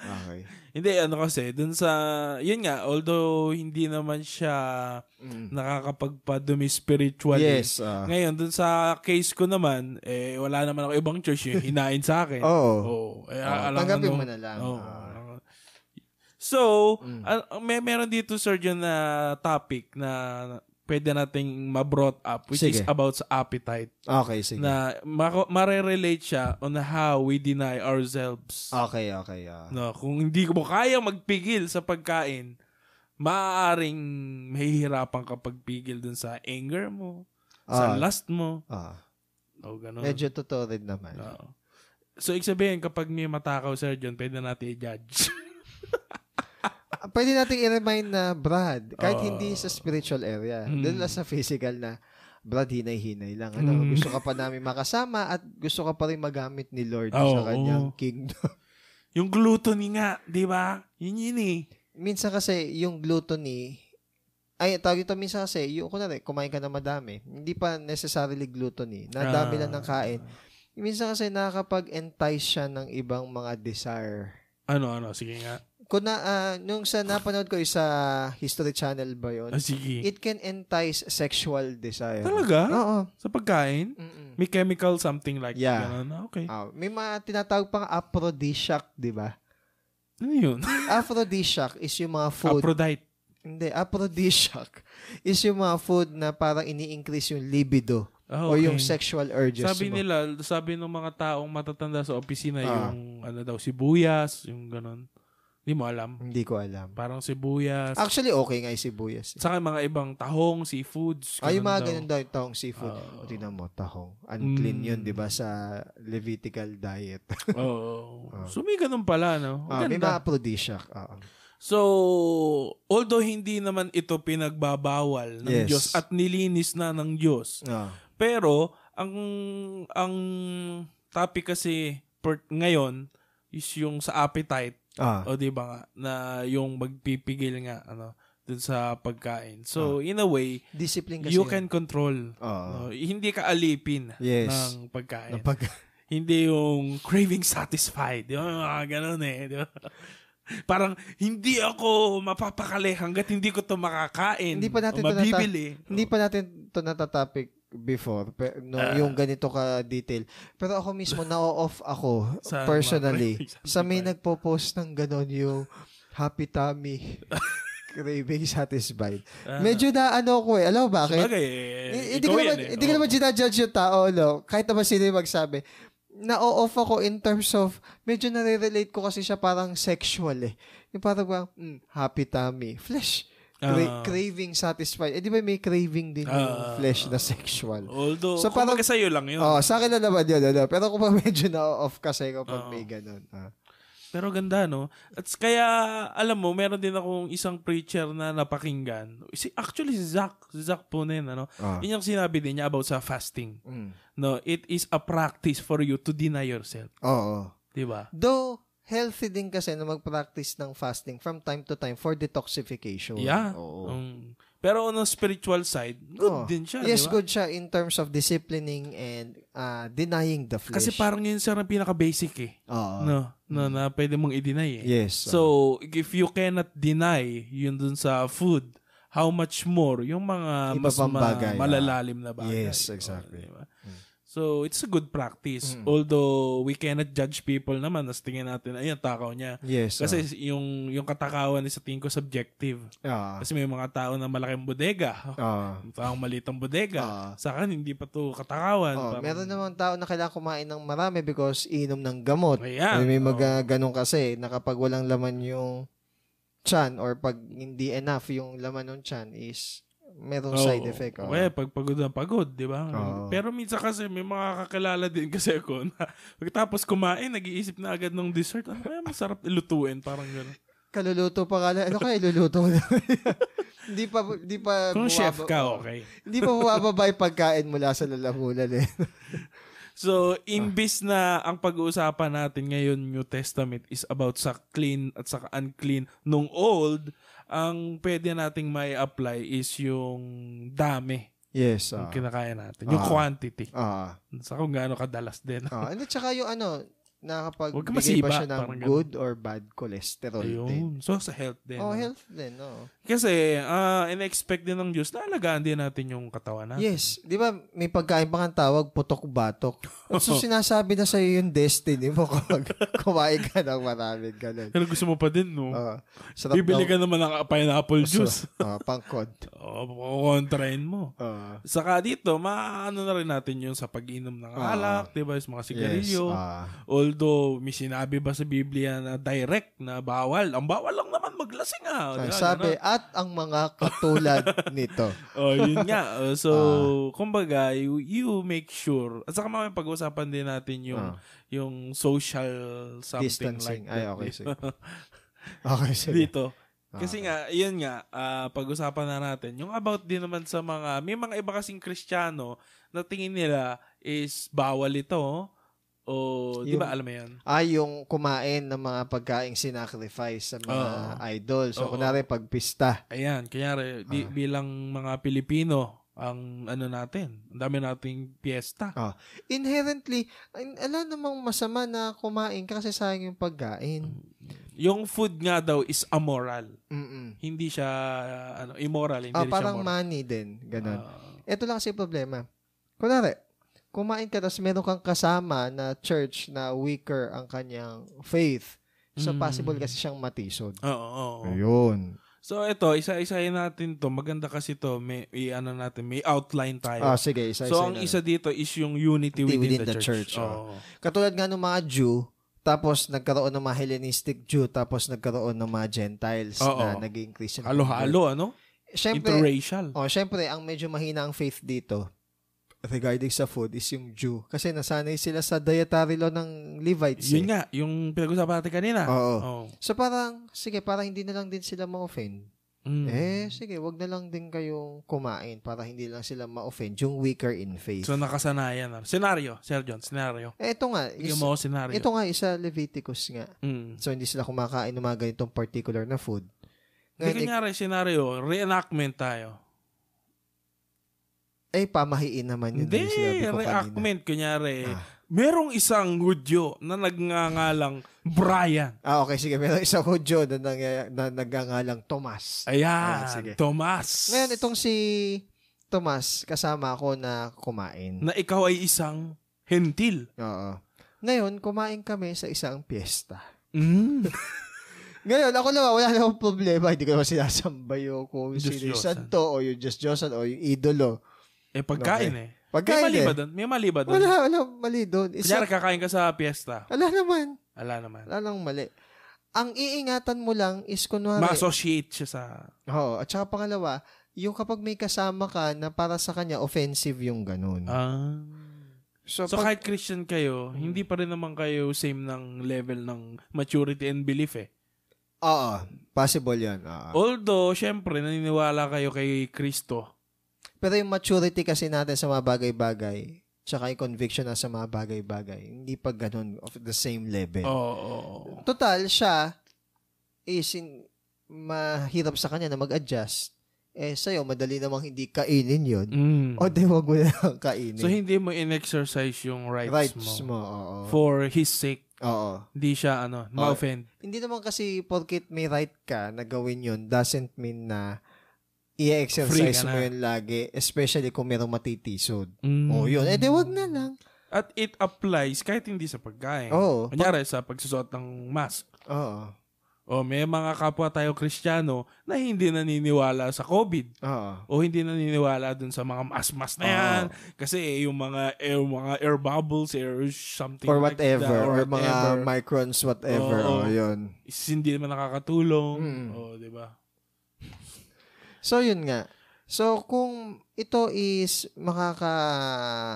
Speaker 2: okay.
Speaker 1: Hindi, ano kasi, dun sa, yun nga, although hindi naman siya
Speaker 2: Mm.
Speaker 1: nakakapagpadumi spiritually.
Speaker 2: Yes. ah.
Speaker 1: Ngayon, dun sa case ko naman, eh, wala naman ako ibang choice yung hinain sa
Speaker 2: *laughs*
Speaker 1: akin.
Speaker 2: Oo.
Speaker 1: Oo. eh,
Speaker 2: Oo,
Speaker 1: alam
Speaker 2: Oh. Ah, tanggapin
Speaker 1: ano-
Speaker 2: mo na lang.
Speaker 1: Oo.
Speaker 2: Ah.
Speaker 1: So,
Speaker 2: Mm.
Speaker 1: al- may meron dito, surgeon, na topic na pwede nating ma-brought up, which
Speaker 2: Sige.
Speaker 1: is about sa appetite.
Speaker 2: Okay, sige.
Speaker 1: Na mako- marerelate siya on how we deny ourselves.
Speaker 2: okay, okay. ah.
Speaker 1: No, kung hindi mo kaya magpigil sa pagkain, maaaring mahihirapan ka pagpigil dun sa anger mo, sa
Speaker 2: Ah,
Speaker 1: lust mo,
Speaker 2: ah.
Speaker 1: o gano'n. Ah.
Speaker 2: medyo totoo rin naman.
Speaker 1: Oo. So, ibig sabihin, kapag may matakaw, Sir John, pwede natin i-judge.
Speaker 2: Ah, Pwede natin i-remind na, Brad, kahit
Speaker 1: Oo.
Speaker 2: hindi sa spiritual area,
Speaker 1: Mm.
Speaker 2: doon lang sa physical na, Brad, hinay-hinay lang. Ano,
Speaker 1: Mm.
Speaker 2: Gusto ka pa namin makasama at gusto ka pa rin magamit ni Lord
Speaker 1: Ah, Oo.
Speaker 2: sa kanyang kingdom.
Speaker 1: yung gluttony nga, di ba? Yun yun eh.
Speaker 2: minsan kasi, yung gluttony, ay, tawag ito minsan kasi, yung kunwari, kumain ka na madami. Hindi pa necessarily gluttony. Nadami lang ng kain. Minsan kasi nakakapag-entice siya ng ibang mga desire.
Speaker 1: Ano, ano, sige nga.
Speaker 2: Kung na, ah, nung sa napanood ko isa History Channel ba yun?
Speaker 1: Ah, sige.
Speaker 2: It Oh. can entice sexual desire.
Speaker 1: Talaga?
Speaker 2: Oo.
Speaker 1: Sa pagkain?
Speaker 2: Mm-mm.
Speaker 1: May chemical something like
Speaker 2: Yeah.
Speaker 1: ganun. Ah, Okay.
Speaker 2: Ah, may mga tinatawag pang aphrodisiac, di ba?
Speaker 1: Ano yun?
Speaker 2: aphrodisiac is yung mga food.
Speaker 1: *laughs* Aphrodite.
Speaker 2: hindi, aphrodisiac *laughs* is yung mga food na parang ini-increase yung libido
Speaker 1: Ah,
Speaker 2: o
Speaker 1: okay.
Speaker 2: yung sexual urges
Speaker 1: Sabi
Speaker 2: mo.
Speaker 1: nila, sabi ng mga taong matatanda sa opisina,
Speaker 2: Ah.
Speaker 1: yung ano daw, sibuyas, yung ganun. Hindi mo alam.
Speaker 2: Hindi ko alam.
Speaker 1: Parang sibuyas.
Speaker 2: Actually, okay nga yung sibuyas. eh.
Speaker 1: Saka mga ibang tahong, seafoods.
Speaker 2: Ay, Ah, yung
Speaker 1: daw.
Speaker 2: mga
Speaker 1: Ah,
Speaker 2: ganun daw yung tahong seafood.
Speaker 1: Oo.
Speaker 2: O, tingnan mo, tahong. Unclean
Speaker 1: Mm.
Speaker 2: yun, di ba, sa Levitical diet.
Speaker 1: Oo. So may ganun pala, no?
Speaker 2: Ah,
Speaker 1: Ang
Speaker 2: may
Speaker 1: ganda.
Speaker 2: mga aphrodisiac. ah. oo.
Speaker 1: So, although hindi naman ito pinagbabawal ng
Speaker 2: Yes.
Speaker 1: Diyos at nilinis na ng Diyos.
Speaker 2: Ah.
Speaker 1: Pero ang ang topic kasi per, ngayon is yung sa appetite,
Speaker 2: Ah.
Speaker 1: o 'di ba nga, na yung magpipigil nga ano dun sa pagkain. So, in a way,
Speaker 2: Discipline Ah. kasi.
Speaker 1: you
Speaker 2: yun.
Speaker 1: can control.
Speaker 2: Oo.
Speaker 1: no? Hindi ka alipin
Speaker 2: Yes.
Speaker 1: ng pagkain.
Speaker 2: Ng pag-
Speaker 1: Hindi yung craving satisfied. Di ba? Mga ganun eh. Di ba? *laughs* Parang hindi ako mapapakali hanggat hindi ko to makakain.
Speaker 2: Hindi pa natin
Speaker 1: o
Speaker 2: to nata-
Speaker 1: mabibili.
Speaker 2: Hindi pa natin to natatopic before pero no, yung ganito ka detail. Pero ako mismo na-off ako
Speaker 1: Sa
Speaker 2: personally
Speaker 1: mga-
Speaker 2: sa may nagpo-post ng ganon yung happy tummy craving satisfied. Medyo na ano ko eh. Alam mo bakit?
Speaker 1: Bagay,
Speaker 2: Eh,
Speaker 1: eh,
Speaker 2: Hindi
Speaker 1: ikaw
Speaker 2: ko
Speaker 1: yan
Speaker 2: naman,
Speaker 1: eh.
Speaker 2: hindi ko
Speaker 1: Oo.
Speaker 2: naman ginajudge yung tao, no? Kahit naman sino yung magsabi. Na-off ako in terms of, medyo nare-relate ko kasi siya parang sexual eh. Yung parang, bang, mm, happy tummy, flesh. Cra-
Speaker 1: Ah.
Speaker 2: craving satisfied. Eh, di ba may craving din yung
Speaker 1: Ah.
Speaker 2: flesh na sexual?
Speaker 1: Although,
Speaker 2: So,
Speaker 1: so,
Speaker 2: parang-
Speaker 1: kumbaga sa'yo lang yun.
Speaker 2: Oh, sa akin na naman yun, ano? Pero kung pa medyo na-off kasi
Speaker 1: Oo.
Speaker 2: kapag may ganun. Ah.
Speaker 1: Pero ganda, no? At s- kaya, alam mo, meron din akong isang preacher na napakinggan. Si, actually, si Zach. Si Zach Punen, ano?
Speaker 2: Ah.
Speaker 1: Yun yung sinabi din niya about sa fasting.
Speaker 2: Mm.
Speaker 1: No, it is a practice for you to deny yourself.
Speaker 2: Oo.
Speaker 1: Di ba?
Speaker 2: Though, healthy din kasi na mag-practice ng fasting from time to time for detoxification.
Speaker 1: Yeah.
Speaker 2: Oo.
Speaker 1: Um, pero on a spiritual side, good
Speaker 2: Oo.
Speaker 1: din siya, di
Speaker 2: Yes,
Speaker 1: ba?
Speaker 2: good siya in terms of disciplining and uh, denying the flesh.
Speaker 1: Kasi parang yun sir ang pinaka-basic eh.
Speaker 2: Oo.
Speaker 1: no, no, na pwede mong i-deny eh.
Speaker 2: Ah. Mm. Yes. ah.
Speaker 1: So, if you cannot deny yun dun sa food, how much more yung mga
Speaker 2: Iba
Speaker 1: mas
Speaker 2: pang
Speaker 1: ma-
Speaker 2: bagay, ah.
Speaker 1: malalalim na bagay.
Speaker 2: Yes, exactly. Mm.
Speaker 1: Oh, di ba? So, it's a good practice. Although, we cannot judge people naman as tingin natin, ayun, takaw niya.
Speaker 2: yes.
Speaker 1: Kasi yung yung katakawan is sa tingin ko subjective.
Speaker 2: ah,
Speaker 1: Kasi may mga tao na malaking bodega.
Speaker 2: ah,
Speaker 1: Parang maliit ang bodega.
Speaker 2: Ah.
Speaker 1: sa akin, hindi pa to katakawan.
Speaker 2: oh,
Speaker 1: Parang-
Speaker 2: meron namang tao na kailangan kumain ng marami because inom ng gamot.
Speaker 1: Ayan.
Speaker 2: may
Speaker 1: Oh.
Speaker 2: mga ganun kasi na kapag walang laman yung chan or pag hindi enough yung laman ng chan is
Speaker 1: Oo.
Speaker 2: merong side effect. Oh.
Speaker 1: Okay, pag pagod na pagod, di ba?
Speaker 2: Oo.
Speaker 1: Pero minsan kasi may mga kakilala din *laughs* kasi ako na pagkatapos kumain, nag-iisip na agad ng dessert. Ano kaya masarap ilutuin? Parang gano'n.
Speaker 2: Kaluluto pa kala. Ano kaya iluluto? *laughs* Hindi pa, hindi pa
Speaker 1: Kung chef
Speaker 2: bumaba-
Speaker 1: ka, okay.
Speaker 2: Hindi pa bumababa yung pagkain mula sa lalamunan
Speaker 1: *laughs*
Speaker 2: eh.
Speaker 1: So, imbis na ang pag-uusapan natin ngayon, New Testament, is about sa clean at sa unclean nung old, ang pwede nating may apply is yung dami
Speaker 2: Yes.
Speaker 1: ng
Speaker 2: Ah.
Speaker 1: kinakaya natin. Yung
Speaker 2: Ah.
Speaker 1: quantity.
Speaker 2: Ah.
Speaker 1: Sa kung gaano kadalas din.
Speaker 2: Ah, and at saka yung ano,
Speaker 1: Huwag ka
Speaker 2: nakapagbigay ba
Speaker 1: masiba,
Speaker 2: siya
Speaker 1: parang
Speaker 2: ng
Speaker 1: ganun.
Speaker 2: good or bad cholesterol din?
Speaker 1: Ayun. So, sa health din. no?
Speaker 2: Oh, health din, no?
Speaker 1: Kasi, ah in-expect din ng Diyos na alagaan din natin yung katawan natin.
Speaker 2: Yes. Di ba, may pagkain pa kang tawag,
Speaker 1: *laughs*
Speaker 2: putok-batok. At so, sinasabi na sa'yo yung destiny mo kapag *laughs* kumain ka ng maraming ganun.
Speaker 1: Pero gusto mo pa din, no?
Speaker 2: Oo. Ah, sarap
Speaker 1: Bibili ka naman ng pineapple
Speaker 2: *laughs*
Speaker 1: juice.
Speaker 2: Uh, pangkod.
Speaker 1: Oo, kukontrahin mo.
Speaker 2: Ah,
Speaker 1: Saka dito, maano na rin natin yun sa pag-inom ng
Speaker 2: Ah.
Speaker 1: alak, di ba? Yung mga
Speaker 2: yes.
Speaker 1: sigarilyo.
Speaker 2: ah.
Speaker 1: Although, may sinabi ba sa Biblia na direct na bawal? Ang bawal lang naman maglasing ah.
Speaker 2: Ah,
Speaker 1: Diba?
Speaker 2: sabi,
Speaker 1: Ganun.
Speaker 2: at ang mga
Speaker 1: *laughs*
Speaker 2: katulad nito.
Speaker 1: oh, yun nga. Oh,
Speaker 2: *laughs*
Speaker 1: so,
Speaker 2: Ah.
Speaker 1: kumbaga, you, you make sure. At saka mamaya pag-usapan din natin yung
Speaker 2: Ah,
Speaker 1: yung social something
Speaker 2: distancing.
Speaker 1: like
Speaker 2: Ay,
Speaker 1: that.
Speaker 2: okay,
Speaker 1: *laughs*
Speaker 2: sige. Okay, sige. Ah.
Speaker 1: dito. Kasi nga, yun nga, ah, pag-usapan na natin. Yung about din naman sa mga, may mga iba kasing kristyano na tingin nila is bawal ito. oh. O, di
Speaker 2: Yung-
Speaker 1: ba alam mo yun?
Speaker 2: ay yung kumain ng mga pagkaing sinacrifice sa
Speaker 1: Oo.
Speaker 2: mga idol. So,
Speaker 1: Oo.
Speaker 2: kunwari, pagpista.
Speaker 1: Ayan, kanyari, di,
Speaker 2: Ah.
Speaker 1: bilang mga Pilipino, ang ano natin, ang dami nating piyesta.
Speaker 2: Inherently, ay, ala namang masama na kumain ka kasi sayang yung pagkain.
Speaker 1: Yung food nga daw is amoral.
Speaker 2: Mm-mm.
Speaker 1: Mm. Hindi siya, ano, immoral. Hindi
Speaker 2: Ah,
Speaker 1: rin
Speaker 2: parang
Speaker 1: siya moral.
Speaker 2: money din. Ganon.
Speaker 1: Ah,
Speaker 2: Ito lang kasi yung problema. Kunwari, kumain ka tapos meron kang kasama na church na weaker ang kanyang faith. So,
Speaker 1: Mm.
Speaker 2: possible kasi siyang matisod.
Speaker 1: Ah, Oo, oo, oo.
Speaker 2: Ayun.
Speaker 1: So ito, isa-isahin natin 'to. Maganda kasi 'to. May i-ano natin, may outline tayo.
Speaker 2: Ah, sige, isa,
Speaker 1: so ang isa dito is yung unity within, the, church.
Speaker 2: oh. Katulad nga ng mga Jew, tapos nagkaroon ng mga Hellenistic Jew, tapos nagkaroon ng mga Gentiles
Speaker 1: Oo.
Speaker 2: na naging Christian.
Speaker 1: Halo-halo, ano?
Speaker 2: Siyempre,
Speaker 1: Interracial.
Speaker 2: oh, siyempre, ang medyo mahina ang faith dito regarding sa food is yung Jew. Kasi nasanay sila sa dietary law ng Levites.
Speaker 1: Yun
Speaker 2: eh.
Speaker 1: nga, yung pinag-usapan natin kanina. Oh,
Speaker 2: Oo.
Speaker 1: Oo.
Speaker 2: So parang, sige, parang hindi na lang din sila ma-offend.
Speaker 1: Mm.
Speaker 2: Eh, sige, wag na lang din kayong kumain para hindi lang sila ma-offend yung weaker in faith.
Speaker 1: So nakasanayan. na. Scenario, Sir John, scenario.
Speaker 2: eh, ito nga, is,
Speaker 1: Bigyan mo ako scenario.
Speaker 2: ito nga, isa Leviticus nga.
Speaker 1: Mm.
Speaker 2: So, hindi sila kumakain ng mga ganitong particular na food.
Speaker 1: Hindi
Speaker 2: Ngayon,
Speaker 1: kunyari, scenario, reenactment tayo.
Speaker 2: eh, pamahiin naman yun.
Speaker 1: Hindi,
Speaker 2: yung sinabi ko kanina.
Speaker 1: reenactment, kunyari.
Speaker 2: Ah.
Speaker 1: Merong isang Hudyo na nagngangalang Brian.
Speaker 2: Ah, okay, sige. Meron isang Hudyo na, nang, na nagngangalang Tomas.
Speaker 1: Ayan,
Speaker 2: Ah, sige.
Speaker 1: Tomas.
Speaker 2: Ngayon, itong si Tomas, kasama ko na kumain.
Speaker 1: na ikaw ay isang hentil.
Speaker 2: Oo. Ngayon, kumain kami sa isang piyesta.
Speaker 1: Mm.
Speaker 2: Ngayon, ako naman, wala na akong problema. Hindi ko naman sinasamba yung kung
Speaker 1: Diyos
Speaker 2: sino yung
Speaker 1: Diyosan.
Speaker 2: santo o yung Diyos Diyosan o yung idolo.
Speaker 1: Eh, pagkain eh. May
Speaker 2: Pagkain
Speaker 1: mali ba
Speaker 2: eh.
Speaker 1: doon? May mali ba doon?
Speaker 2: Wala, wala, mali doon. Isa,
Speaker 1: Kunyari, kakain ka sa piyesta.
Speaker 2: wala naman.
Speaker 1: Wala naman.
Speaker 2: Wala lang mali. Ang iingatan mo lang is kunwari...
Speaker 1: Ma-associate siya sa...
Speaker 2: Oo. At saka pangalawa, yung kapag may kasama ka na para sa kanya, offensive yung ganun.
Speaker 1: Ah.
Speaker 2: so,
Speaker 1: So,
Speaker 2: pag-
Speaker 1: kahit Christian kayo, hindi pa rin naman kayo same ng level ng maturity and belief eh.
Speaker 2: oo. Possible yan. oo.
Speaker 1: Oh. Although, syempre, naniniwala kayo kay Kristo.
Speaker 2: Pero yung maturity kasi natin sa mga bagay-bagay, tsaka yung conviction na sa mga bagay-bagay, hindi pa ganun of the same level.
Speaker 1: Oo. oo, oo.
Speaker 2: Total, siya is in, mahirap sa kanya na mag-adjust. Eh, sa'yo, madali namang hindi kainin yun.
Speaker 1: Mm.
Speaker 2: O, di wag mo na lang kainin.
Speaker 1: So, hindi mo in-exercise yung rights,
Speaker 2: Rights
Speaker 1: mo.
Speaker 2: mo. oo.
Speaker 1: For his sake,
Speaker 2: oo.
Speaker 1: hindi siya, ano,
Speaker 2: Oh.
Speaker 1: ma-offend.
Speaker 2: Hindi naman kasi porkit may right ka na gawin yun doesn't mean na i-exercise
Speaker 1: Free ka
Speaker 2: mo
Speaker 1: na.
Speaker 2: yun lagi, especially kung merong matitisod.
Speaker 1: Mm.
Speaker 2: O yun, eh di wag na Oh. lang.
Speaker 1: At it applies kahit hindi sa pagkain.
Speaker 2: Oo.
Speaker 1: Kunyari sa pagsusot ng mask.
Speaker 2: Oo.
Speaker 1: O may mga kapwa tayo kristyano na hindi naniniwala sa COVID.
Speaker 2: Oo.
Speaker 1: O hindi naniniwala dun sa mga mask-mask na yan.
Speaker 2: Oh.
Speaker 1: Kasi eh, yung mga air, mga air bubbles, air something
Speaker 2: Or
Speaker 1: like
Speaker 2: whatever.
Speaker 1: that,
Speaker 2: or,
Speaker 1: whatever,
Speaker 2: mga microns, whatever.
Speaker 1: Oo.
Speaker 2: O yun.
Speaker 1: is hindi naman nakakatulong.
Speaker 2: Mm.
Speaker 1: O, di ba?
Speaker 2: So, yun nga. So, kung ito is makaka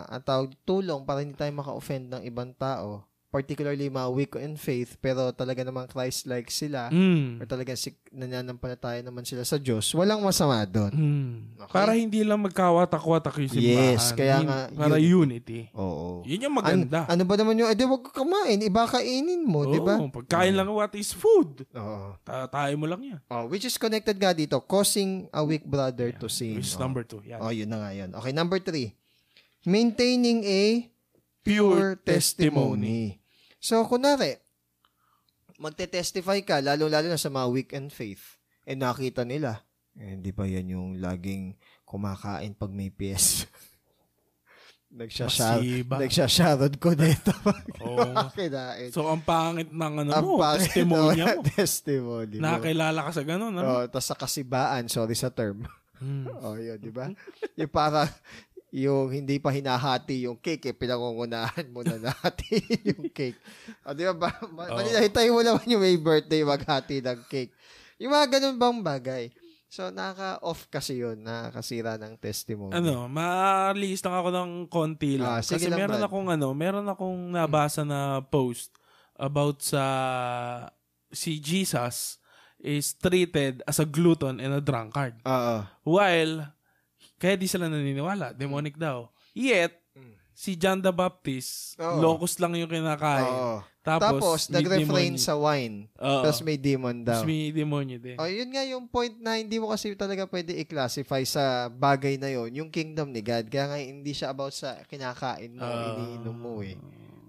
Speaker 2: ang tawag, tulong para hindi tayo maka-offend ng ibang tao, particularly mga weak in faith, pero talaga namang Christ-like sila, or
Speaker 1: Mm.
Speaker 2: talagang si, nananampalataya naman sila sa Diyos, walang masama doon.
Speaker 1: Mm.
Speaker 2: Okay.
Speaker 1: Para hindi lang magkawatak-watak yung simbahan.
Speaker 2: Yes, kaya
Speaker 1: Hin-
Speaker 2: nga,
Speaker 1: Para unity.
Speaker 2: Oo.
Speaker 1: Yun yung
Speaker 2: An-
Speaker 1: maganda.
Speaker 2: ano ba naman yung, edi wag ka kumain, iba kainin mo, di ba?
Speaker 1: Oo, pagkain lang what is food.
Speaker 2: Oo.
Speaker 1: Ta- tayo mo lang yan.
Speaker 2: Oh, which is connected nga dito, causing a weak brother to sin.
Speaker 1: Which is
Speaker 2: Oh.
Speaker 1: number two. Yan.
Speaker 2: Oh, yun na nga yun. Okay, number three. Maintaining a
Speaker 1: Pure
Speaker 2: pure testimony. So, kunwari, magte-testify ka, lalo-lalo na sa mga weekend faith, eh nakita nila, eh, di ba yan yung laging kumakain pag may *laughs* PS? Nagsashar- *laughs*
Speaker 1: Masiba.
Speaker 2: Nagsasharod ko dito pag *laughs*
Speaker 1: Oo.
Speaker 2: kumakinain.
Speaker 1: So, ang pangit ng ano
Speaker 2: eh, Ang
Speaker 1: mo,
Speaker 2: pangit
Speaker 1: testimonya mo.
Speaker 2: naman ang *laughs* testimony mo.
Speaker 1: Nakakilala ka sa ganun, ano?
Speaker 2: Oh, tas sa kasibaan, sorry sa term.
Speaker 1: Hmm.
Speaker 2: Oh, yun, di ba? yung para yung hindi pa hinahati yung cake, eh, pinangungunahan mo na *laughs* nahati yung cake. O, di ba? ba ma-
Speaker 1: Oo.
Speaker 2: maninahintay mo naman yung may birthday maghati ng cake. Yung mga ganun bang bagay. So, nakaka-off kasi yun. Nakakasira ng testimony.
Speaker 1: Ano, maalis lang ako ng konti lang.
Speaker 2: Ah,
Speaker 1: Kasi
Speaker 2: sige lang,
Speaker 1: meron
Speaker 2: Brad.
Speaker 1: akong ano, meron akong nabasa na post about sa si Jesus is treated as a glutton and a drunkard.
Speaker 2: Oo.
Speaker 1: While, kaya di sila naniniwala, demonic daw. Yet,
Speaker 2: Mm.
Speaker 1: si John the Baptist,
Speaker 2: Oo.
Speaker 1: locust lang yung kinakain.
Speaker 2: Oo.
Speaker 1: Tapos,
Speaker 2: Tapos,
Speaker 1: may
Speaker 2: nag-refrain
Speaker 1: demonyo.
Speaker 2: sa wine.
Speaker 1: Oo.
Speaker 2: Tapos may demon
Speaker 1: Tapos
Speaker 2: daw.
Speaker 1: may demonyo din.
Speaker 2: Oh, yun nga yung point na hindi mo kasi talaga pwede i-classify sa bagay na yon yung kingdom ni God. Kaya nga hindi siya about sa kinakain mo,
Speaker 1: Ah.
Speaker 2: iniinom mo eh.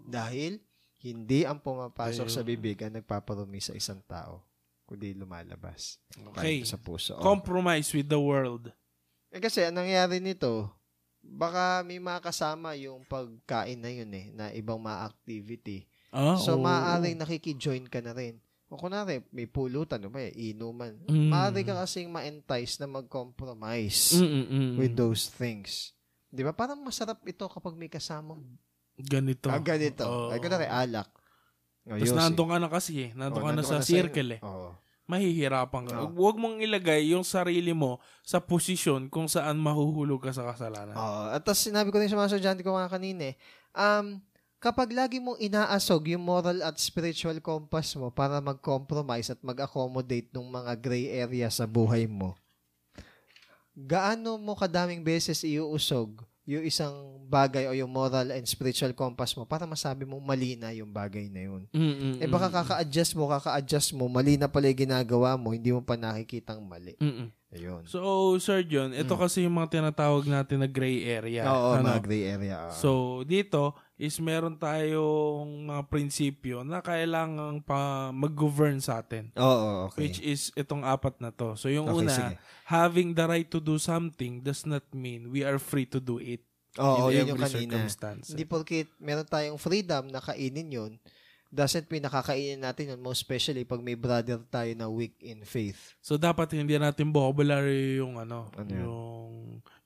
Speaker 2: Dahil hindi ang pumapasok sa bibig ang nagpaparumi sa isang tao, kundi lumalabas.
Speaker 1: Okay.
Speaker 2: Kahit Sa puso. Oh.
Speaker 1: Compromise with the world.
Speaker 2: Eh, kasi ang nangyayari nito, baka may makasama yung pagkain na yun eh, na ibang mga activity.
Speaker 1: Ah,
Speaker 2: So,
Speaker 1: oo.
Speaker 2: maaaring nakikijoin ka na rin. O kunwari, may pulutan, o may inuman.
Speaker 1: Mm.
Speaker 2: Maaari ka kasing ma-entice na mag-compromise
Speaker 1: Mm-mm-mm.
Speaker 2: with those things. Di ba? Parang masarap ito kapag may kasamang
Speaker 1: Ganito.
Speaker 2: ah, ganito.
Speaker 1: Oo.
Speaker 2: Ay, kunwari, alak. O,
Speaker 1: Tapos
Speaker 2: yosi.
Speaker 1: nandun ka na kasi eh. Nandun
Speaker 2: O,
Speaker 1: ka na
Speaker 2: nandun
Speaker 1: sa circle eh.
Speaker 2: Oo.
Speaker 1: Mahihirapan ka.
Speaker 2: Oo.
Speaker 1: Huwag mong ilagay yung sarili mo sa posisyon kung saan mahuhulog ka sa kasalanan.
Speaker 2: Oo. At tas sinabi ko rin sa mga estudyante ko mga kanina, eh, um, kapag lagi mong inaasog yung moral at spiritual compass mo para mag-compromise at mag-accommodate ng mga gray area sa buhay mo, gaano mo kadaming beses iuusog yung isang bagay o yung moral and spiritual compass mo para masabi mong mali na yung bagay na yun.
Speaker 1: Mm-mm-mm.
Speaker 2: Eh baka kaka-adjust mo, kaka-adjust mo, mali na pala yung ginagawa mo, hindi mo pa nakikitang mali.
Speaker 1: Mm-mm.
Speaker 2: Ayun.
Speaker 1: So, Sir John, ito kasi yung mga tinatawag natin na gray area.
Speaker 2: Mm. Oo,
Speaker 1: Ano?
Speaker 2: mga gray area. oo.
Speaker 1: So, dito is meron tayong mga prinsipyo na kailangan pa mag-govern sa atin.
Speaker 2: Oo, okay.
Speaker 1: Which is itong apat na to. So, yung
Speaker 2: Okay,
Speaker 1: una,
Speaker 2: sige.
Speaker 1: having the right to do something does not mean we are free to do it
Speaker 2: Oo,
Speaker 1: in
Speaker 2: yun yung
Speaker 1: every
Speaker 2: kanina.
Speaker 1: circumstance.
Speaker 2: Hindi porkit meron tayong freedom na kainin yun, doesn't mean nakakainin natin yun, most especially pag may brother tayo na weak in faith.
Speaker 1: So dapat hindi natin vocabulary yung ano,
Speaker 2: Ano yun?
Speaker 1: yung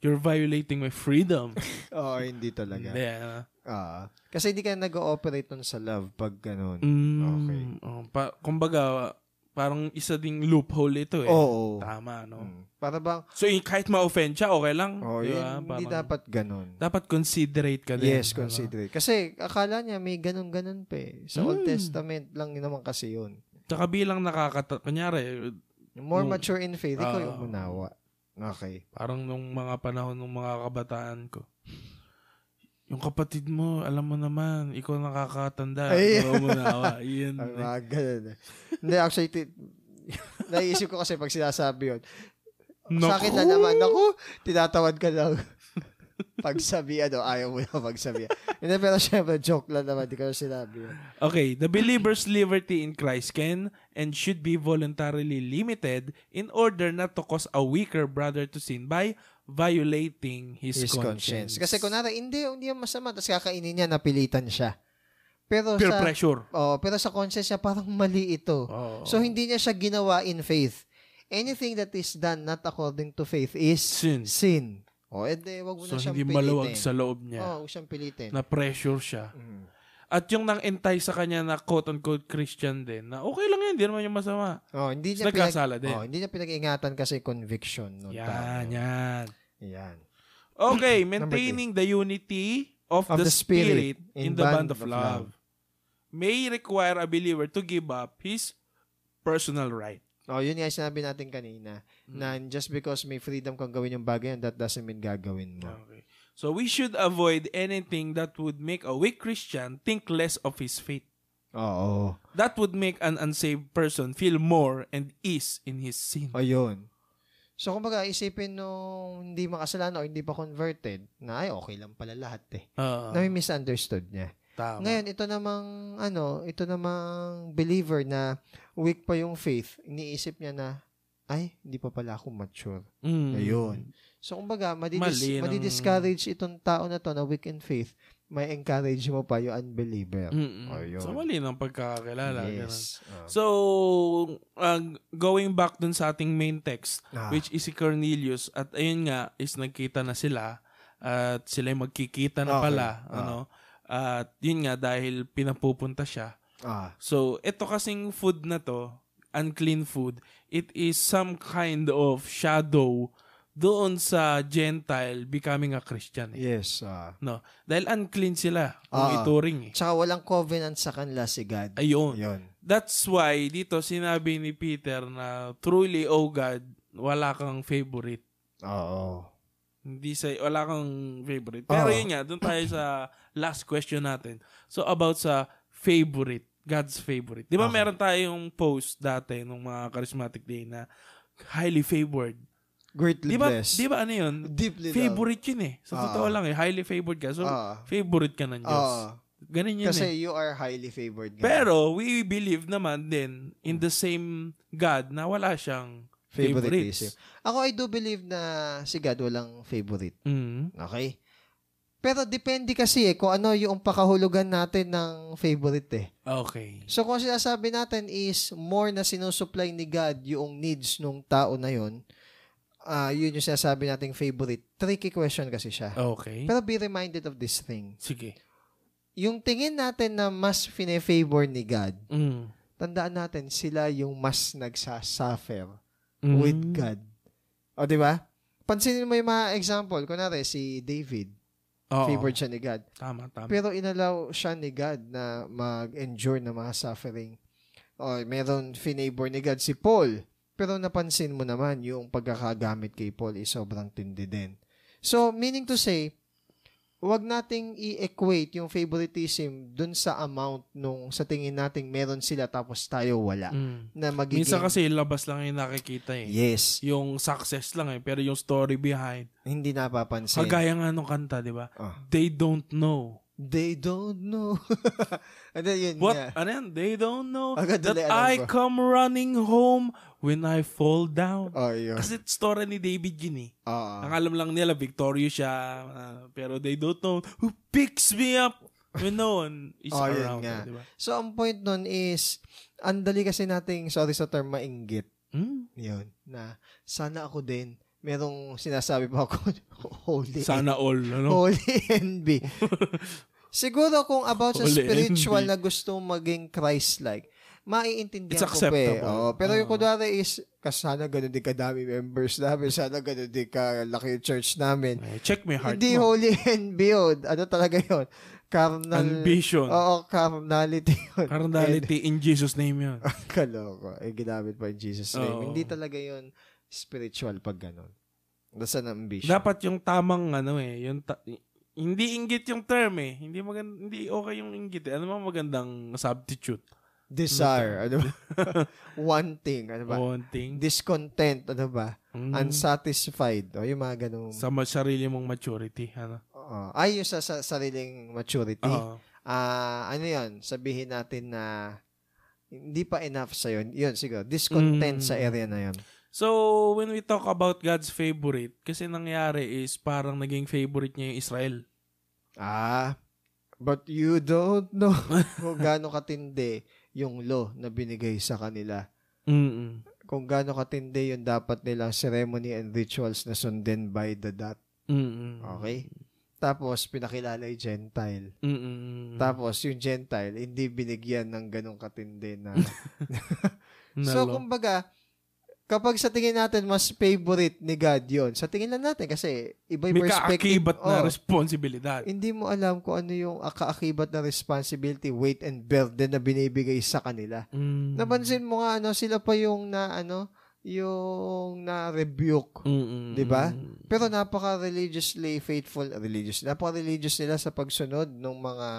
Speaker 1: you're violating my freedom.
Speaker 2: Oo, hindi *laughs* talaga.
Speaker 1: Hindi, ah.
Speaker 2: Ah, Mm. kasi hindi ka nag-ooperate nun sa love pag ganun.
Speaker 1: Mm,
Speaker 2: Okay.
Speaker 1: oh, pa, kumbaga, parang isa ding loophole ito eh.
Speaker 2: Oo.
Speaker 1: Tama, no?
Speaker 2: Mm. Para bang,
Speaker 1: So yung kahit ma-offend siya, okay lang.
Speaker 2: oh,
Speaker 1: Di
Speaker 2: yun,
Speaker 1: ba?
Speaker 2: hindi
Speaker 1: Parang-
Speaker 2: dapat ganun.
Speaker 1: Dapat considerate ka din.
Speaker 2: Yes, considerate. Kasi akala niya may ganun-ganun pa eh. Sa Old
Speaker 1: Mm.
Speaker 2: Testament lang yun naman kasi yun.
Speaker 1: Ano? Tsaka bilang nakakata... Kunyari,
Speaker 2: Yung More
Speaker 1: Mm.
Speaker 2: mature in faith, ikaw
Speaker 1: Ah.
Speaker 2: yung munawa. Okay.
Speaker 1: parang nung mga panahon ng mga kabataan ko, yung kapatid mo, alam mo naman, ikaw nakakatanda.
Speaker 2: Ay.
Speaker 1: Ikaw umunawa. Yun.
Speaker 2: Ang mga ganun. Hindi, actually, ti- *laughs* naiisip ko kasi pag sinasabi yun. Sa akin na naman, naku, tinatawad ka lang. *laughs* pagsabi, ano, ayaw mo na pagsabi. Hindi, pero syempre, joke lang naman, di ko na sinabi yun.
Speaker 1: Okay, the believer's liberty in Christ can and should be voluntarily limited in order not to cause a weaker brother to sin by violating his,
Speaker 2: His conscience.
Speaker 1: conscience.
Speaker 2: Kasi kunwari, hindi, hindi yan masama, tapos kakainin niya, napilitan siya. Pero
Speaker 1: peer
Speaker 2: sa,
Speaker 1: pressure.
Speaker 2: oh, pero sa conscience niya, parang mali ito.
Speaker 1: Oo.
Speaker 2: So, hindi niya siya ginawa in faith. Anything that is done not according to faith is
Speaker 1: Sin.
Speaker 2: Sin. O, oh, edi, wag mo
Speaker 1: So,
Speaker 2: na siyang
Speaker 1: hindi
Speaker 2: pilitin.
Speaker 1: maluwag sa loob niya.
Speaker 2: Oo, oh, siyang pilitin.
Speaker 1: Na pressure siya.
Speaker 2: Mm.
Speaker 1: At yung nang-entay sa kanya na quote-unquote Christian din, na okay lang yan, hindi naman yung masama.
Speaker 2: Oh, hindi
Speaker 1: Tapos
Speaker 2: niya pinag-
Speaker 1: nagkasala din.
Speaker 2: Oh, hindi niya pinag-ingatan kasi conviction
Speaker 1: Oh,
Speaker 2: nung tao.
Speaker 1: yan, yan.
Speaker 2: Yan.
Speaker 1: *clears throat* Okay, maintaining the unity of, the, Spirit, in the band, of, love, may require a believer to give up his personal right.
Speaker 2: Oh, yun nga yung sinabi natin kanina
Speaker 1: Mm.
Speaker 2: na just because may freedom kang gawin yung bagay yun, that doesn't mean gagawin mo.
Speaker 1: Okay. So we should avoid anything that would make a weak Christian think less of his faith.
Speaker 2: Oo.
Speaker 1: That would make an unsaved person feel more and ease in his sin.
Speaker 2: O yun. So, kumbaga, isipin nung hindi makasalanan o hindi pa converted na ay, okay lang pala lahat eh.
Speaker 1: Ah,
Speaker 2: na may misunderstood niya.
Speaker 1: tama.
Speaker 2: Ngayon, ito namang, ano, ito namang believer na weak pa yung faith, iniisip niya na, ay, hindi pa pala ako mature.
Speaker 1: Mm.
Speaker 2: Ayun. So, kumbaga, madidis-
Speaker 1: Mali ng-
Speaker 2: madidiscourage itong tao na to na weak in faith, may encourage mo pa yung unbeliever.
Speaker 1: Mm-mm.
Speaker 2: Ayun.
Speaker 1: So mali ng pagkakakilala. Mm, ganun.
Speaker 2: yes. Ah.
Speaker 1: So, ang- going back dun sa ating main text,
Speaker 2: Ah.
Speaker 1: which is si Cornelius, at ayun nga, is nagkita na sila, at sila yung magkikita na
Speaker 2: Okay.
Speaker 1: pala,
Speaker 2: Ah.
Speaker 1: ano, at yun nga, dahil pinapupunta siya.
Speaker 2: ah,
Speaker 1: So, ito kasing food na to, unclean food, it is some kind of shadow doon sa Gentile becoming a Christian. eh.
Speaker 2: Yes. ah.
Speaker 1: No? Dahil unclean sila kung
Speaker 2: Ah.
Speaker 1: ituring. Eh.
Speaker 2: Tsaka walang covenant sa kanila si God.
Speaker 1: Ayun.
Speaker 2: Yun.
Speaker 1: That's why dito sinabi ni Peter na truly, oh God, wala kang favorite.
Speaker 2: Oo.
Speaker 1: Hindi sa wala kang favorite. Pero
Speaker 2: Oo.
Speaker 1: yun nga, doon tayo sa last question natin. So about sa favorite, God's favorite. 'Di ba
Speaker 2: Okay.
Speaker 1: meron tayong post dati nung mga charismatic day na highly favored.
Speaker 2: Greatly
Speaker 1: 'Di ba?
Speaker 2: blessed.
Speaker 1: 'Di ba ano 'yun?
Speaker 2: Deeply
Speaker 1: Favorite 'yun eh. Sa
Speaker 2: Oo.
Speaker 1: totoo lang eh, highly favored ka. So
Speaker 2: Ah.
Speaker 1: favorite ka ng
Speaker 2: loved.
Speaker 1: Diyos.
Speaker 2: Oo.
Speaker 1: Ganun 'yun
Speaker 2: kasi
Speaker 1: eh.
Speaker 2: you are highly favored. nga.
Speaker 1: Pero we believe naman din in the same God na wala siyang favorites.
Speaker 2: favoritism. Ako, I do believe na si God walang favorite.
Speaker 1: Mm.
Speaker 2: Okay? Pero depende kasi eh kung ano yung pakahulugan natin ng favorite eh.
Speaker 1: Okay.
Speaker 2: So kung sinasabi natin is more na sinusupply ni God yung needs nung tao na yun, ah yun yung sinasabi nating favorite. Tricky question kasi siya.
Speaker 1: Okay.
Speaker 2: Pero be reminded of this thing.
Speaker 1: Sige.
Speaker 2: Yung tingin natin na mas fine-favor ni God,
Speaker 1: Mm.
Speaker 2: tandaan natin sila yung mas nagsasuffer
Speaker 1: Mm.
Speaker 2: with God. O, di ba? Pansinin mo yung mga example. Kunwari, si David,
Speaker 1: Oo.
Speaker 2: favored siya ni God.
Speaker 1: Tama, tama.
Speaker 2: Pero inalaw siya ni God na mag-endure ng mga suffering. O, meron finabor ni God si Paul. Pero napansin mo naman, yung pagkakagamit kay Paul is sobrang tindi din. So, meaning to say, wag nating i-equate yung favoritism dun sa amount nung sa tingin nating meron sila tapos tayo wala.
Speaker 1: Mm.
Speaker 2: Na magiging...
Speaker 1: Minsan kasi labas lang yung nakikita eh.
Speaker 2: Yes.
Speaker 1: Yung success lang eh. Pero yung story behind.
Speaker 2: Hindi napapansin.
Speaker 1: Kagaya nga nung kanta, di ba?
Speaker 2: Ah.
Speaker 1: They don't know.
Speaker 2: They don't know. *laughs* And then yun
Speaker 1: What?
Speaker 2: nga.
Speaker 1: Ano yan? They don't know
Speaker 2: Agad
Speaker 1: that
Speaker 2: ulit, Ah, alam
Speaker 1: I
Speaker 2: ko.
Speaker 1: come running home when I fall down.
Speaker 2: Oh, yun.
Speaker 1: Kasi story ni David yun eh.
Speaker 2: Ah.
Speaker 1: Ang alam lang nila, victorious siya. ah, pero they don't know who picks me up when no one is
Speaker 2: Oh, yun
Speaker 1: around.
Speaker 2: nga.
Speaker 1: Di ba?
Speaker 2: So, ang point nun is, ang dali kasi nating, sorry sa term, mainggit.
Speaker 1: Hmm?
Speaker 2: Yun. Na, sana ako din. Merong sinasabi pa ako, *laughs* holy,
Speaker 1: Sana all. Ano?
Speaker 2: holy
Speaker 1: *laughs*
Speaker 2: envy. Siguro kung about sa
Speaker 1: Holy
Speaker 2: spiritual
Speaker 1: envy.
Speaker 2: na gusto maging Christ-like, maiintindihan
Speaker 1: It's
Speaker 2: ko pa eh.
Speaker 1: acceptable.
Speaker 2: Oo, pero yung
Speaker 1: Oo.
Speaker 2: kunwari is, kasi sana ganun din kadami members namin, sana ganun din kalaki yung church namin.
Speaker 1: Eh, check my heart mo.
Speaker 2: Hindi holy envy yun. Ano talaga yun? Carnal.
Speaker 1: Ambition.
Speaker 2: Oo, carnality Oh, yun.
Speaker 1: Carnality in Jesus name yun.
Speaker 2: Eh, *laughs* Kaloko. Eh, ginamit pa in Jesus name.
Speaker 1: Oo.
Speaker 2: Hindi talaga yun spiritual pag ganun. That's an ambition.
Speaker 1: Dapat yung tamang ano eh, yung ta- hindi inggit yung term eh. Hindi maganda, hindi okay yung inggit eh. Ano mga magandang substitute? Mm.
Speaker 2: Desire. Ano ba? *laughs* Wanting. Ano ba?
Speaker 1: One thing.
Speaker 2: Discontent. Ano ba?
Speaker 1: Mm.
Speaker 2: Unsatisfied. O, yung mga ganun.
Speaker 1: sa ma- sarili mong maturity. Ano?
Speaker 2: Oo. ay, yung sa, sa sariling maturity.
Speaker 1: Oo.
Speaker 2: Ah, ano 'yon? Sabihin natin na hindi pa enough sa 'yon. 'Yun siguro, discontent
Speaker 1: Mm.
Speaker 2: sa area na 'yon.
Speaker 1: So, when we talk about God's favorite, kasi nangyari is parang naging favorite niya yung Israel.
Speaker 2: Ah, but you don't
Speaker 1: *laughs*
Speaker 2: know kung gaano katindi yung law na binigay sa kanila.
Speaker 1: Mm-mm.
Speaker 2: Kung gaano katindi yung dapat nilang ceremony and rituals na sundin by the dot.
Speaker 1: Mm-mm.
Speaker 2: Okay? Tapos, pinakilala yung Gentile.
Speaker 1: Mm-mm.
Speaker 2: Tapos, yung Gentile, hindi binigyan ng ganong katindi na...
Speaker 1: *laughs* Na
Speaker 2: so,
Speaker 1: lo-
Speaker 2: kumbaga, kapag sa tingin natin, mas favorite ni God yon Sa tingin lang natin, kasi iba
Speaker 1: may
Speaker 2: yung perspective.
Speaker 1: kaakibat na
Speaker 2: Oh.
Speaker 1: responsibilidad.
Speaker 2: hindi mo alam kung ano yung akaakibat na responsibility, weight, and burden na binibigay sa kanila.
Speaker 1: Mm.
Speaker 2: Napansin mo nga, ano, sila pa yung na, ano, yung na-rebuke.
Speaker 1: Mm-mm.
Speaker 2: Di ba? Pero napaka-religiously faithful, religious, napaka-religious nila sa pagsunod ng mga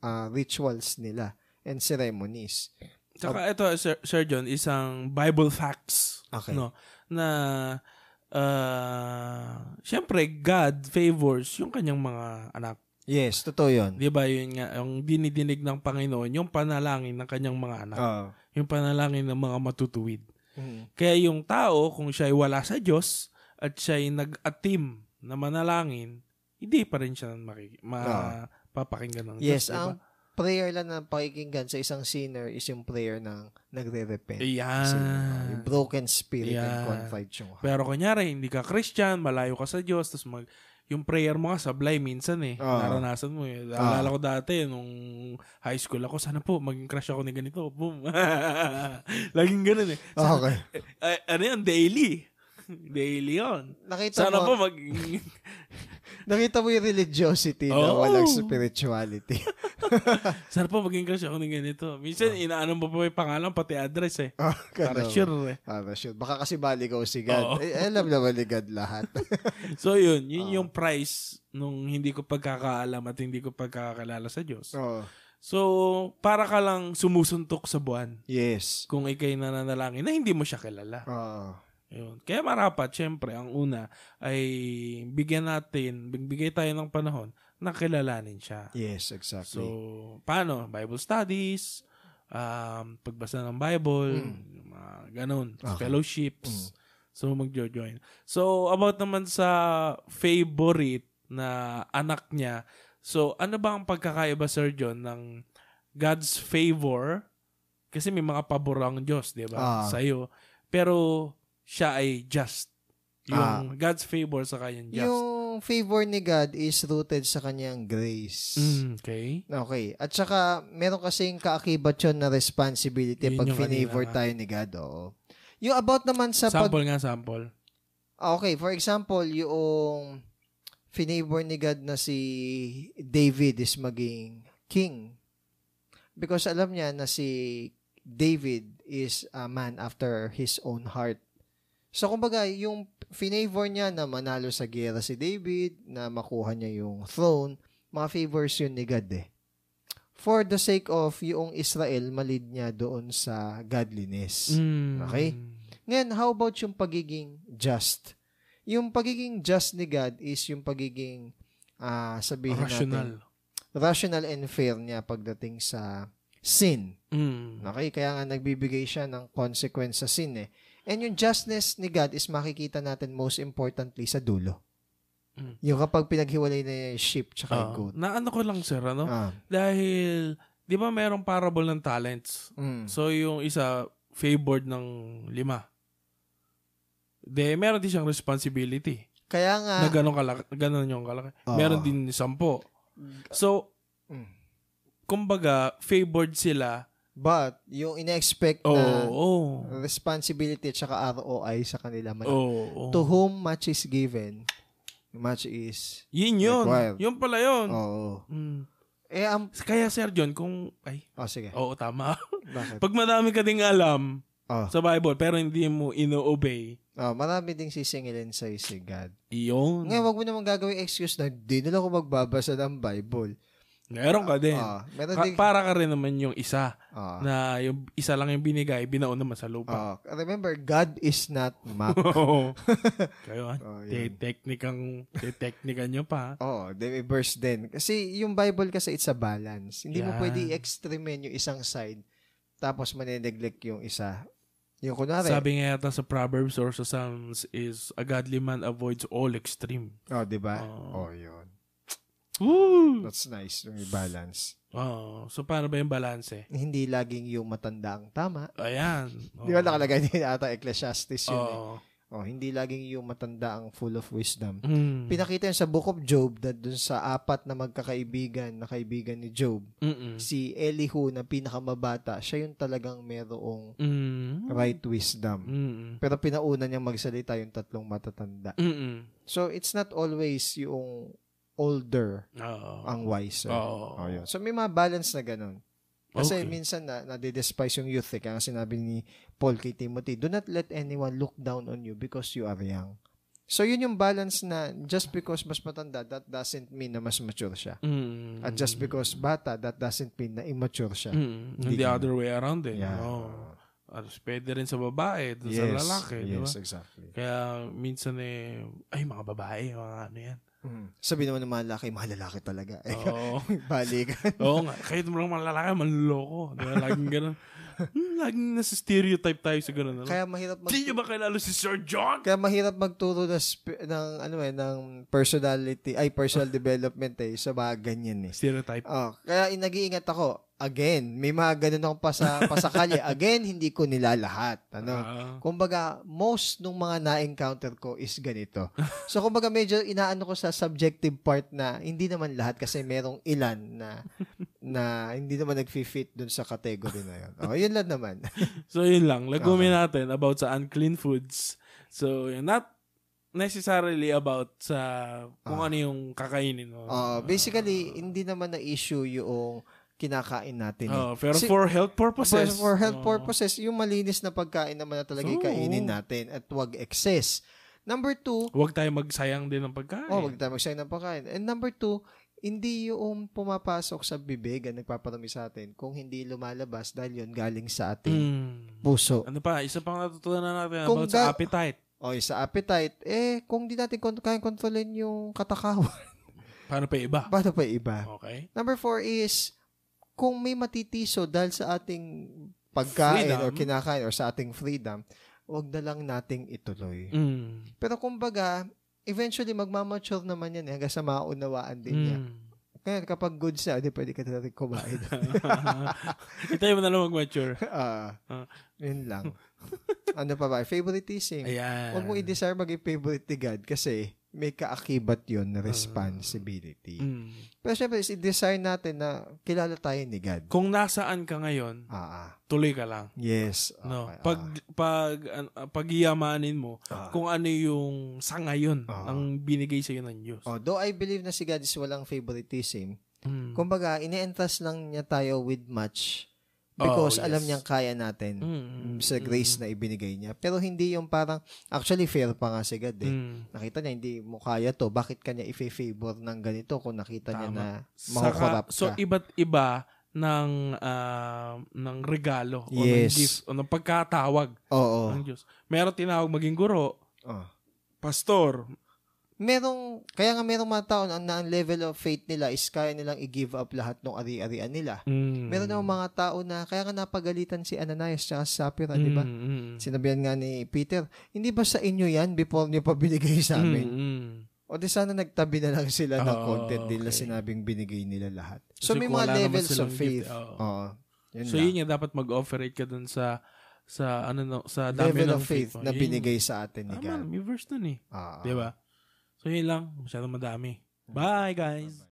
Speaker 2: ah, rituals nila and ceremonies.
Speaker 1: Tsaka ito, Sir, Sir John, isang Bible facts.
Speaker 2: Okay.
Speaker 1: No? Na, uh, syempre, God favors yung kanyang mga anak.
Speaker 2: Yes, totoo yun.
Speaker 1: Di ba yun nga, yung dinidinig ng Panginoon, yung panalangin ng kanyang mga anak.
Speaker 2: Oo.
Speaker 1: Yung panalangin ng mga matutuwid.
Speaker 2: Mm.
Speaker 1: Kaya yung tao, kung siya ay wala sa Diyos at siya ay nag-atim na manalangin, hindi pa rin siya maki-
Speaker 2: Oo.
Speaker 1: ma- papakinggan ng Diyos. di
Speaker 2: Yes, um,
Speaker 1: ba?
Speaker 2: ang prayer lang na pakikinggan sa isang sinner is yung prayer ng nagre-repent.
Speaker 1: Ayan.
Speaker 2: Yung broken spirit and
Speaker 1: Yeah.
Speaker 2: contrite yung heart.
Speaker 1: Pero kunyari, hindi ka Christian, malayo ka sa Diyos, tapos mag, yung prayer mo nga sablay minsan eh.
Speaker 2: Oo.
Speaker 1: Naranasan mo eh.
Speaker 2: Ah.
Speaker 1: Naalala ko dati nung high school ako, sana po maging crush ako ni ganito. Boom. *laughs* Laging ganun eh. Sa-
Speaker 2: Okay.
Speaker 1: eh, ano yun? Daily. *laughs* Daily yun.
Speaker 2: Nakita
Speaker 1: Sana po
Speaker 2: mo,
Speaker 1: mag...
Speaker 2: nakita mo yung religiosity na
Speaker 1: Oo.
Speaker 2: walang spirituality. *laughs*
Speaker 1: sana po maging crush ako ni ganito. Minsan inaano mo pa yung pangalan pati address eh.
Speaker 2: Ah,
Speaker 1: Para
Speaker 2: ganun.
Speaker 1: sure eh.
Speaker 2: Ah, sure. Baka kasi baligaw si
Speaker 1: Oo.
Speaker 2: God. Eh, alam naman ni God lahat.
Speaker 1: So yun, yun
Speaker 2: Oo.
Speaker 1: yung price nung hindi ko pagkakaalam at hindi ko pagkakakilala sa Diyos.
Speaker 2: Oo.
Speaker 1: So, para ka lang sumusuntok sa buwan
Speaker 2: yes.
Speaker 1: kung ikay nananalangin na hindi mo siya kilala.
Speaker 2: Oo.
Speaker 1: Yun. Kaya marapat, syempre, ang una ay bigyan natin, bigay tayo ng panahon na kilalanin siya.
Speaker 2: yes, exactly.
Speaker 1: So, paano? Bible studies, um, pagbasa ng Bible, yung mga ganun,
Speaker 2: Hmm. Okay. Hmm.
Speaker 1: fellowships. So, magjo-join. So, about naman sa favorite na anak niya. So, ano ba ang pagkakaiba, Sir John, ng God's favor? Kasi may mga pabor ang Diyos, di ba?
Speaker 2: Ah.
Speaker 1: Sa'yo. Pero, siya ay just.
Speaker 2: Ah.
Speaker 1: Yung God's favor sa kanya, just.
Speaker 2: yung favor ni God is rooted sa kanyang grace.
Speaker 1: Mm, okay.
Speaker 2: Okay. At saka, meron kasing kaakibat yun na responsibility
Speaker 1: Yun
Speaker 2: pag
Speaker 1: yung
Speaker 2: finavor
Speaker 1: kanina nga.
Speaker 2: tayo ni God. Oo. Yung about naman sa pag...
Speaker 1: Sample nga, sample.
Speaker 2: Ah, Okay, for example, yung finavor ni God na si David is maging king. Because alam niya na si David is a man after his own heart. So, kumbaga, yung finavor niya na manalo sa gera si David, na makuha niya yung throne, mga favors yun ni God eh. For the sake of yung Israel, malid niya doon sa godliness.
Speaker 1: Mm.
Speaker 2: Okay? Ngayon, how about yung pagiging just? Yung pagiging just ni God is yung pagiging ah, sabihin natin
Speaker 1: Rational.
Speaker 2: rational and fair niya pagdating sa sin.
Speaker 1: Mm.
Speaker 2: Okay? Kaya nga nagbibigay siya ng consequence sa sin eh. And yung justness ni God is makikita natin most importantly sa dulo.
Speaker 1: Mm.
Speaker 2: Yung kapag pinaghiwalay na yung sheep tsaka yung
Speaker 1: Ah,
Speaker 2: goat.
Speaker 1: na ano ko lang sir, ano?
Speaker 2: Ah,
Speaker 1: Dahil, di ba mayroong parable ng talents?
Speaker 2: mm.
Speaker 1: So, yung isa, favored ng lima. De, meron din siyang responsibility.
Speaker 2: Kaya nga,
Speaker 1: na gano'n kalaki, gano'n yung kalaki.
Speaker 2: Oo.
Speaker 1: Meron din sampo. So,
Speaker 2: Mm.
Speaker 1: kumbaga, favored sila.
Speaker 2: but yung ina-expect
Speaker 1: Oo,
Speaker 2: na
Speaker 1: oo.
Speaker 2: responsibility at saka ROI sa kanila malaki.
Speaker 1: Oo, oo.
Speaker 2: to whom much is given, much is
Speaker 1: Yun yun.
Speaker 2: Required.
Speaker 1: Yun pala yun.
Speaker 2: oo.
Speaker 1: Mm.
Speaker 2: Eh ang
Speaker 1: Kaya, Sir John, kung, ay,
Speaker 2: oh sige.
Speaker 1: oo, tama.
Speaker 2: Bakit?
Speaker 1: Pag madami ka ding alam
Speaker 2: Oh,
Speaker 1: sa Bible, pero hindi mo ino-obey,
Speaker 2: oh, marami ding sisingilin sa si God.
Speaker 1: Iyon.
Speaker 2: Ngayon, wag mo namang gagawin excuse na di na lang ako magbabasa ng Bible.
Speaker 1: Meron ka din.
Speaker 2: Ah, meron
Speaker 1: Ka-
Speaker 2: ding
Speaker 1: para ka rin naman yung isa
Speaker 2: ah,
Speaker 1: na yung isa lang yung binigay, binaon naman sa lupa.
Speaker 2: ah, remember God is not mocked.
Speaker 1: *laughs*
Speaker 2: *laughs*
Speaker 1: Oo. Kayo ah.
Speaker 2: Oh,
Speaker 1: Te-
Speaker 2: yun.
Speaker 1: teknikang, te- teknika nyo pa.
Speaker 2: Oh, may verse din. Kasi yung Bible kasi it's a balance. Hindi mo
Speaker 1: Yan.
Speaker 2: pwede i-extreme yung isang side tapos maneneglect yung isa. Yung kunwari,
Speaker 1: Sabi nga yata sa Proverbs or sa Psalms is a godly man avoids all extreme.
Speaker 2: oh, di ba?
Speaker 1: Oo.
Speaker 2: oh, yun.
Speaker 1: Woo!
Speaker 2: That's nice. Yung balance.
Speaker 1: Oo. so paano ba yung balance?
Speaker 2: hindi laging yung matanda ang tama.
Speaker 1: Ayan. Ah.
Speaker 2: Di ba nakalagay din ata Ecclesiastes yun eh.
Speaker 1: Oo.
Speaker 2: Oh, hindi laging yung matanda ang full of wisdom.
Speaker 1: Mm.
Speaker 2: Pinakita yun sa Book of Job na dun sa apat na magkakaibigan na kaibigan ni Job,
Speaker 1: Mm-mm.
Speaker 2: si Elihu na pinakamabata, siya yung talagang merong
Speaker 1: Mm.
Speaker 2: right wisdom.
Speaker 1: Mm-mm.
Speaker 2: Pero pinauna niyang magsalita yung tatlong matatanda.
Speaker 1: Mm-mm.
Speaker 2: So, it's not always yung older
Speaker 1: Oo.
Speaker 2: ang wiser.
Speaker 1: Oo.
Speaker 2: Oh, yun. So, may mga balance na ganun. Kasi
Speaker 1: Okay.
Speaker 2: minsan na nadidespise yung youth eh. Kaya nga sinabi ni Paul kay Timothy, do not let anyone look down on you because you are young. So yun yung balance na just because mas matanda, that doesn't mean na mas mature siya.
Speaker 1: Mm.
Speaker 2: At just because bata, that doesn't mean na immature siya.
Speaker 1: Mm,
Speaker 2: Hindi
Speaker 1: the
Speaker 2: ganun.
Speaker 1: other way around eh.
Speaker 2: Yeah.
Speaker 1: No. At pwede rin sa babae, dun sa lalaki,
Speaker 2: yes,
Speaker 1: di ba?
Speaker 2: exactly.
Speaker 1: Kaya minsan eh, ay mga babae, mga ano
Speaker 2: *laughs*
Speaker 1: yan.
Speaker 2: Mm. Sabi naman ng mga lalaki, mga lalaki talaga. Eh, *laughs*
Speaker 1: Oo.
Speaker 2: balikan.
Speaker 1: Oo nga. Kahit mga mga lalaki, manloko. Di ba? Laging ganun. Hmm, Laging nasa stereotype tayo sa ganun. Ano?
Speaker 2: Kaya mahirap mag-
Speaker 1: Hindi nyo ba kilala si Sir John?
Speaker 2: kaya mahirap magturo ng, sp- ng ano eh ng personality ay personal development eh sa mga ganyan eh.
Speaker 1: Stereotype.
Speaker 2: Oh, kaya in- nag-iingat ako. again, may mga ganun akong pasa, pasakali. again, hindi ko nila lahat. Ano?
Speaker 1: Ah.
Speaker 2: Kumbaga, most nung mga na-encounter ko is ganito. So, kumbaga, medyo inaano ko sa subjective part na hindi naman lahat kasi merong ilan na na hindi naman nag-fit dun sa category na yun. O, yun lang naman.
Speaker 1: So, yun lang. Lagumin natin about sa unclean foods. So, yun, not necessarily about sa kung ano yung kakainin mo. Ah.
Speaker 2: Uh, Ah. basically, hindi naman na issue yung kinakain natin. eh.
Speaker 1: Oh, pero
Speaker 2: Si-
Speaker 1: for health purposes.
Speaker 2: For, for health
Speaker 1: oh.
Speaker 2: purposes, yung malinis na pagkain naman na talaga
Speaker 1: Oo.
Speaker 2: kainin natin at wag excess. Number two,
Speaker 1: Huwag tayo magsayang din ng pagkain.
Speaker 2: oh, wag tayo magsayang ng pagkain. And number two, hindi yung pumapasok sa bibig ang nagpaparami sa atin kung hindi lumalabas dahil yun galing sa ating
Speaker 1: Mm.
Speaker 2: puso.
Speaker 1: Ano pa? Isa pang natutunan natin
Speaker 2: Kung
Speaker 1: about sa
Speaker 2: ga-
Speaker 1: appetite.
Speaker 2: O yung sa appetite, eh, kung di natin kon- kayang kontrolin yung katakawan, *laughs*
Speaker 1: Paano pa iba?
Speaker 2: paano pa iba?
Speaker 1: Okay.
Speaker 2: Number four is, kung may matitiso dahil sa ating pagkain
Speaker 1: Freedom.
Speaker 2: or kinakain or sa ating freedom, wag na lang nating ituloy.
Speaker 1: Mm.
Speaker 2: Pero kumbaga, eventually magmamature naman yan eh, hanggang sa maunawaan din niya.
Speaker 1: *laughs* Mm.
Speaker 2: Kaya kapag goods na, di pwede ka na rin kumain.
Speaker 1: Ito yung na lang mag-mature.
Speaker 2: Ah,
Speaker 1: *laughs* Ah.
Speaker 2: yun lang. ano pa ba? Favoritism.
Speaker 1: Ayan.
Speaker 2: Huwag mo i-desire maging favorite ni God kasi may kaakibat yun na responsibility.
Speaker 1: Mm.
Speaker 2: Pero syempre, is i-desire natin na kilala tayo ni God.
Speaker 1: Kung nasaan ka ngayon,
Speaker 2: Ah, ah.
Speaker 1: tuloy ka lang.
Speaker 2: Yes.
Speaker 1: No.
Speaker 2: Okay,
Speaker 1: Pag pag an- ah, pagyamanin mo
Speaker 2: ah, ah.
Speaker 1: kung ano yung sa ngayon
Speaker 2: Ah. Oh.
Speaker 1: ang binigay sa iyo ng Diyos.
Speaker 2: Although I believe na si God is walang favoritism,
Speaker 1: Mm.
Speaker 2: Kumbaga, ini-entrust lang niya tayo with much
Speaker 1: Oh,
Speaker 2: because
Speaker 1: yes.
Speaker 2: alam niyang kaya natin
Speaker 1: Mm.
Speaker 2: sa grace na ibinigay niya. Pero hindi yung parang, actually fair pa nga si God eh.
Speaker 1: Mm.
Speaker 2: Nakita niya, hindi mo kaya to. Bakit kanya i-favor ng ganito kung nakita niya
Speaker 1: Tama.
Speaker 2: na
Speaker 1: Saka,
Speaker 2: makukorrupt ka?
Speaker 1: so iba't iba ng ah, ng regalo o ng
Speaker 2: Yes. Oh.
Speaker 1: gift o ng pagkatawag
Speaker 2: Oo.
Speaker 1: ng Diyos. Meron tinawag maging guro,
Speaker 2: oo.
Speaker 1: pastor.
Speaker 2: Merong, kaya nga merong mga tao na, na ang level of faith nila is kaya nilang i-give up lahat ng ari-arian nila.
Speaker 1: Mm.
Speaker 2: Meron namang mga tao na kaya nga napagalitan si Ananias at si Sapphira, di ba?
Speaker 1: Mm, mm.
Speaker 2: Sinabihan nga ni Peter, hindi ba sa inyo yan before niyo pa binigay sa amin?
Speaker 1: Mm, mm.
Speaker 2: O di sana nagtabi na lang sila ng
Speaker 1: Oo,
Speaker 2: content nila
Speaker 1: okay.
Speaker 2: sinabing binigay nila lahat.
Speaker 1: Kasi
Speaker 2: So may
Speaker 1: kung wala
Speaker 2: mga
Speaker 1: naman
Speaker 2: levels
Speaker 1: silang
Speaker 2: of faith.
Speaker 1: gift, oo.
Speaker 2: Oo. Yun
Speaker 1: So
Speaker 2: lang.
Speaker 1: yun nga dapat mag-offerate ka dun sa sa ano no, sa dami ng
Speaker 2: level of faith
Speaker 1: mo.
Speaker 2: na
Speaker 1: Yun.
Speaker 2: binigay sa atin ni
Speaker 1: Tama,
Speaker 2: God.
Speaker 1: may verse dun eh.
Speaker 2: Oo.
Speaker 1: Diba? So yun lang, masyadong madami. Bye guys.